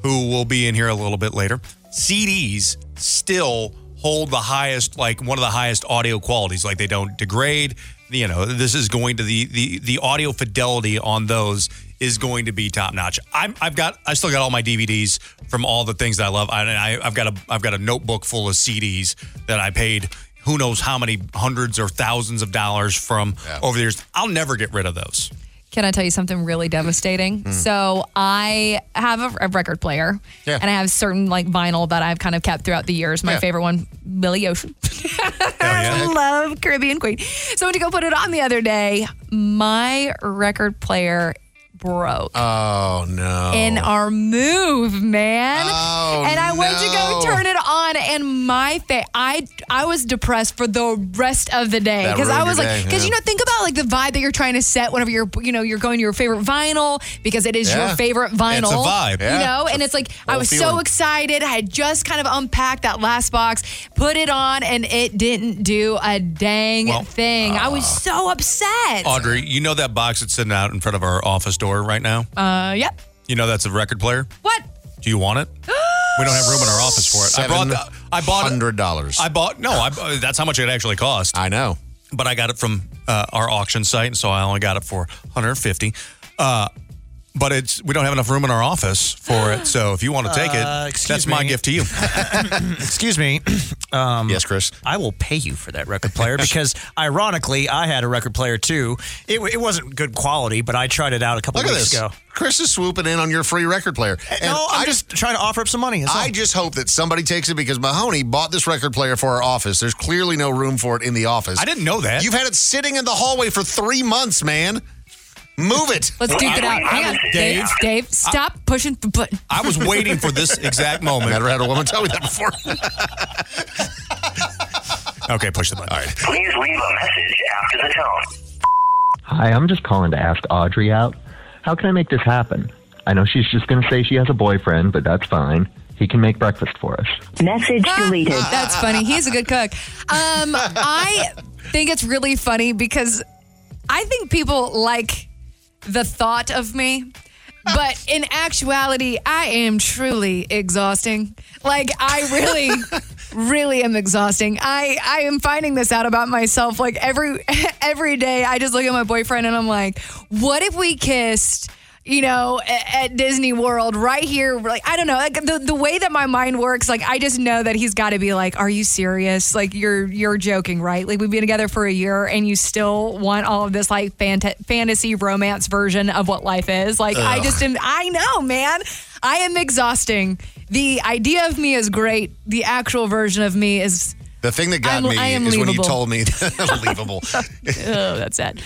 [SPEAKER 1] who will be in here a little bit later, CDs still hold the highest, like one of the highest audio qualities. Like they don't degrade. You know, this is going to the the the audio fidelity on those is going to be top notch. I'm I've got I still got all my DVDs from all the things that I love. I, I I've got a I've got a notebook full of CDs that I paid who knows how many hundreds or thousands of dollars from over the years. I'll never get rid of those.
[SPEAKER 4] Can I tell you something really devastating?
[SPEAKER 1] Hmm.
[SPEAKER 4] So I have a, a record player,
[SPEAKER 1] Yeah.
[SPEAKER 4] and I have certain like vinyl that I've kind of kept throughout the years. My
[SPEAKER 1] Yeah.
[SPEAKER 4] favorite one, Billy Ocean. I love Caribbean Queen. So I went to go put it on the other day. My record player broke.
[SPEAKER 3] Oh no!
[SPEAKER 4] in our move, man.
[SPEAKER 20] Oh,
[SPEAKER 4] and I went to go
[SPEAKER 3] no.
[SPEAKER 4] turn it on, and my face, I I was depressed for the rest of the day
[SPEAKER 20] That
[SPEAKER 4] because I
[SPEAKER 20] ruined
[SPEAKER 4] was
[SPEAKER 20] your
[SPEAKER 4] like,
[SPEAKER 20] day,
[SPEAKER 4] because
[SPEAKER 20] yeah.
[SPEAKER 4] you know, think about like the vibe that you're trying to set whenever you're you know you're going to your favorite vinyl because it is
[SPEAKER 20] Yeah.
[SPEAKER 4] your favorite
[SPEAKER 20] It's a
[SPEAKER 4] vinyl,
[SPEAKER 20] vibe, yeah.
[SPEAKER 4] you know.
[SPEAKER 20] It's
[SPEAKER 4] and it's like I
[SPEAKER 20] whole
[SPEAKER 4] was so
[SPEAKER 20] feeling.
[SPEAKER 4] excited. I had just kind of unpacked that last box, put it on, and it didn't do a dang
[SPEAKER 1] Well,
[SPEAKER 4] thing. I was
[SPEAKER 20] uh,
[SPEAKER 4] so upset.
[SPEAKER 1] Audrey, you know that box that's sitting out in front of our office door right now?
[SPEAKER 4] Uh, yep.
[SPEAKER 1] You know that's a record player?
[SPEAKER 4] What?
[SPEAKER 1] Do you want it? We don't have room in our office for it. I brought the, I bought
[SPEAKER 3] hundred dollars.
[SPEAKER 1] I bought no, I, uh, that's how much it actually cost.
[SPEAKER 3] I know.
[SPEAKER 1] But I got it from uh, our auction site, and so I only got it for 150. Uh but it's we don't have enough room in our office for it. So if you want to take it,
[SPEAKER 2] Uh, excuse
[SPEAKER 1] that's my
[SPEAKER 2] me.
[SPEAKER 1] gift to you.
[SPEAKER 2] Excuse me. Um,
[SPEAKER 3] yes, Chris.
[SPEAKER 2] I will pay you for that record player because, ironically, I had a record player too. It, w- it wasn't good quality, but I tried it out a couple
[SPEAKER 3] Look at
[SPEAKER 2] weeks
[SPEAKER 3] this.
[SPEAKER 2] ago.
[SPEAKER 3] Chris is swooping in on your free record player. And
[SPEAKER 2] no, I'm just trying to offer up some money. That's
[SPEAKER 3] I just hope that somebody takes it because Mahoney bought this record player for our office. There's clearly no room for it in the office.
[SPEAKER 1] I didn't know that.
[SPEAKER 3] You've had it sitting in the hallway for three months, man. Move it.
[SPEAKER 4] Let's duke it out. Hang on, Dave.
[SPEAKER 3] Dave.
[SPEAKER 4] Dave, stop pushing the button.
[SPEAKER 1] I was waiting for this exact moment.
[SPEAKER 3] Never had a woman tell me that before.
[SPEAKER 1] okay, push the button. All right.
[SPEAKER 11] Please leave a message after the tone.
[SPEAKER 18] Hi, I'm just calling to ask Audrey out. How can I make this happen? I know she's just going to say she has a boyfriend, but that's fine. He can make breakfast for us.
[SPEAKER 10] Message deleted.
[SPEAKER 4] That's funny. He's a good cook. Um, I think it's really funny because I think people like the thought of me. But in actuality, I am truly exhausting. Like I really, really am exhausting. I I am finding this out about myself. Like every every day, I just look at my boyfriend and I'm like, what if we kissed? You know, a- at, Disney World, right here. Like I don't know, like the the way that my mind works. Like I just know that he's got to be like, are you serious? Like you're you're joking, right? Like we've been together for a year, and you still want all of this like fant- fantasy romance version of what life is. Like I
[SPEAKER 20] Ugh.
[SPEAKER 4] just am. I know, man. I am exhausting. The idea of me is great. The actual version of me is
[SPEAKER 3] The thing that got
[SPEAKER 4] I'm-
[SPEAKER 3] me
[SPEAKER 4] I am
[SPEAKER 3] is when you
[SPEAKER 4] leavable.
[SPEAKER 3] told me unbelievable.
[SPEAKER 4] oh, that's sad.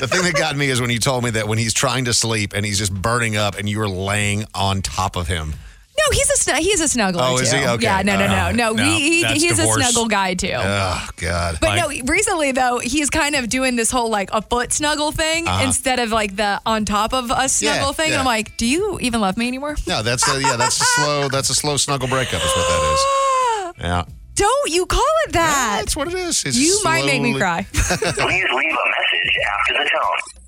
[SPEAKER 3] the thing that got me is when you told me that when he's trying to sleep and he's just burning up and you were laying on top of him.
[SPEAKER 4] No, he's a snu- he's a snuggler
[SPEAKER 3] Oh,
[SPEAKER 4] too.
[SPEAKER 3] is he? Okay.
[SPEAKER 4] Yeah, no, no, no,
[SPEAKER 3] Uh,
[SPEAKER 4] no.
[SPEAKER 3] no,
[SPEAKER 4] he, he,
[SPEAKER 3] that's
[SPEAKER 4] he's
[SPEAKER 3] divorce.
[SPEAKER 4] a snuggle guy too.
[SPEAKER 3] Oh God.
[SPEAKER 4] But no, recently though, he's kind of doing this whole like a foot snuggle thing
[SPEAKER 3] Uh-huh.
[SPEAKER 4] instead of like the on top of us
[SPEAKER 3] Yeah,
[SPEAKER 4] snuggle thing. And I'm
[SPEAKER 3] yeah.
[SPEAKER 4] like, do you even love me anymore?
[SPEAKER 3] No, that's a, yeah, that's a slow that's a slow snuggle breakup is what that is. Yeah.
[SPEAKER 4] Don't you call it that?
[SPEAKER 3] that's what it is. It's
[SPEAKER 4] Uh, you might make me
[SPEAKER 3] slowly-
[SPEAKER 4] cry.
[SPEAKER 6] Please leave a message after the tone.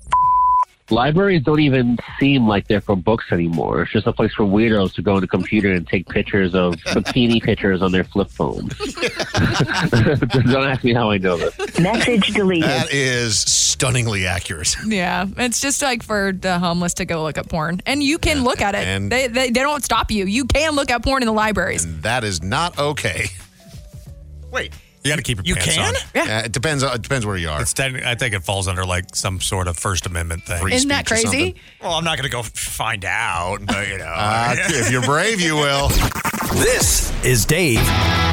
[SPEAKER 7] Libraries don't even seem like they're for books anymore. It's just a place for weirdos to go on the computer and take pictures of bikini pictures on their flip phone. don't ask me how I know this.
[SPEAKER 3] Message deleted. That is stunningly accurate.
[SPEAKER 4] yeah, it's just like for the homeless to go look at porn, and you can look at it.
[SPEAKER 3] and-
[SPEAKER 4] they, they they don't stop you. You can look at porn in the libraries.
[SPEAKER 3] That is not okay.
[SPEAKER 4] Wait.
[SPEAKER 17] You got to keep your
[SPEAKER 4] You
[SPEAKER 17] pants
[SPEAKER 4] can?
[SPEAKER 17] on.
[SPEAKER 4] Yeah.
[SPEAKER 3] Uh, it depends. It depends where you are.
[SPEAKER 17] It's techni- I think it falls under like some sort of First Amendment thing.
[SPEAKER 4] Free Isn't that speech or crazy? something.
[SPEAKER 17] Well, I'm not going to go f- find out, but you know,
[SPEAKER 3] Uh, if you're brave, you will.
[SPEAKER 2] This is Dave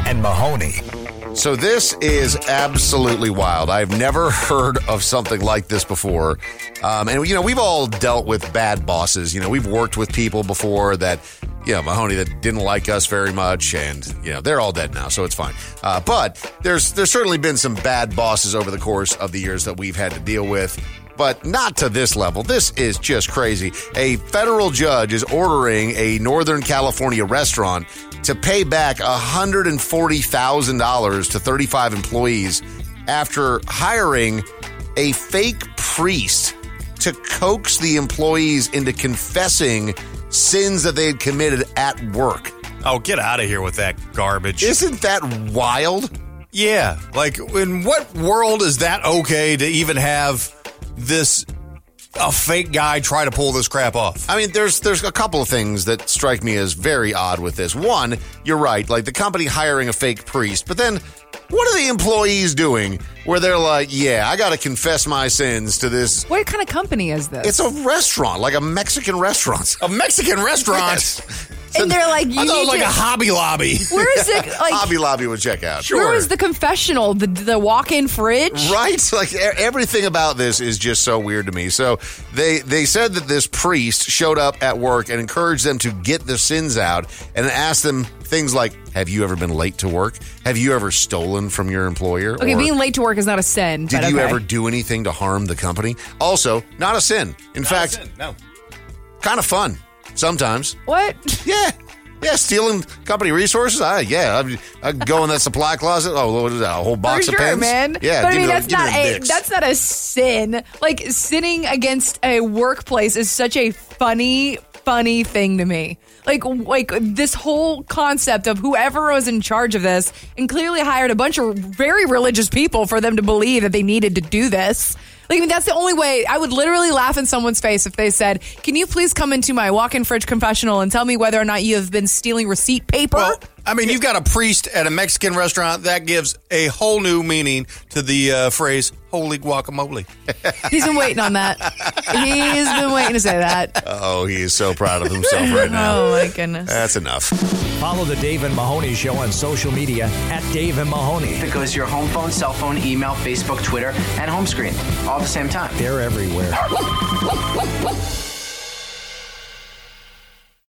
[SPEAKER 2] and Mahoney.
[SPEAKER 3] So this is absolutely wild. I've never heard of something like this before. Um, and you know, we've all dealt with bad bosses. You know, we've worked with people before that, you know, Mahoney that didn't like us very much, and you know, they're all dead now, so it's fine. Uh, but there's there's certainly been some bad bosses over the course of the years that we've had to deal with but not to this level. This is just crazy. A federal judge is ordering a Northern California restaurant to pay back $140,000 to 35 employees after hiring a fake priest to coax the employees into confessing sins that they had committed at work.
[SPEAKER 17] Oh, get out of here with that garbage.
[SPEAKER 3] Isn't that wild?
[SPEAKER 17] Yeah. Like, in what world is that okay to even have this? A fake guy try to pull this crap off.
[SPEAKER 3] I mean, there's there's a couple of things that strike me as very odd with this. One, you're right, like the company hiring a fake priest, but then what are the employees doing where they're like, yeah, I got to confess my sins to this?
[SPEAKER 4] What kind of company is this?
[SPEAKER 3] It's a restaurant, like a Mexican restaurant.
[SPEAKER 17] A Mexican restaurant?
[SPEAKER 4] and they're like, you
[SPEAKER 3] I thought it was like
[SPEAKER 4] need to-
[SPEAKER 3] a Hobby Lobby.
[SPEAKER 4] Where is it? Like,
[SPEAKER 3] Hobby Lobby would check out.
[SPEAKER 4] Where is the confessional? The, the walk-in fridge?
[SPEAKER 3] Right? Like e- everything about this is just so weird to me. So they they said that this priest showed up at work and encouraged them to get their sins out and asked them things like, "Have you ever been late to work? Have you ever stolen from your employer?"
[SPEAKER 4] Okay,
[SPEAKER 3] Or,
[SPEAKER 4] being late to work is not a sin.
[SPEAKER 3] did
[SPEAKER 4] but
[SPEAKER 3] you
[SPEAKER 4] okay.
[SPEAKER 3] ever do anything to harm the company? Also, not a sin. In fact,
[SPEAKER 17] no.
[SPEAKER 3] kind of fun sometimes.
[SPEAKER 4] What?
[SPEAKER 3] Yeah. Yeah, stealing company resources. I yeah, I'd, I'd go in that supply closet. Oh, what is that? A whole
[SPEAKER 4] For
[SPEAKER 3] box
[SPEAKER 4] sure,
[SPEAKER 3] of pens,
[SPEAKER 4] man.
[SPEAKER 3] Yeah,
[SPEAKER 4] but
[SPEAKER 3] give
[SPEAKER 4] I mean
[SPEAKER 3] me the-
[SPEAKER 4] that's
[SPEAKER 3] give me
[SPEAKER 4] not
[SPEAKER 3] the
[SPEAKER 4] a
[SPEAKER 3] dicks.
[SPEAKER 4] that's not a sin. Like sinning against a workplace is such a funny, funny thing to me. Like like this whole concept of whoever was in charge of this and clearly hired a bunch of very religious people for them to believe that they needed to do this. Like I mean, that's the only way I would literally laugh in someone's face if they said, "Can you please come into my walk-in fridge confessional and tell me whether or not you have been stealing receipt paper?"
[SPEAKER 17] Well, I mean, you've got a priest at a Mexican restaurant that gives a whole new meaning to the uh, phrase "holy guacamole."
[SPEAKER 4] He's been waiting on that. He's been waiting to say that.
[SPEAKER 3] Oh, he is so proud of himself right now.
[SPEAKER 4] Oh my goodness.
[SPEAKER 3] That's enough.
[SPEAKER 2] Follow the Dave and Mahoney Show on social media at Dave and Mahoney.
[SPEAKER 8] That goes to your home phone, cell phone, email, Facebook, Twitter, and home screen all at the same time.
[SPEAKER 2] They're everywhere.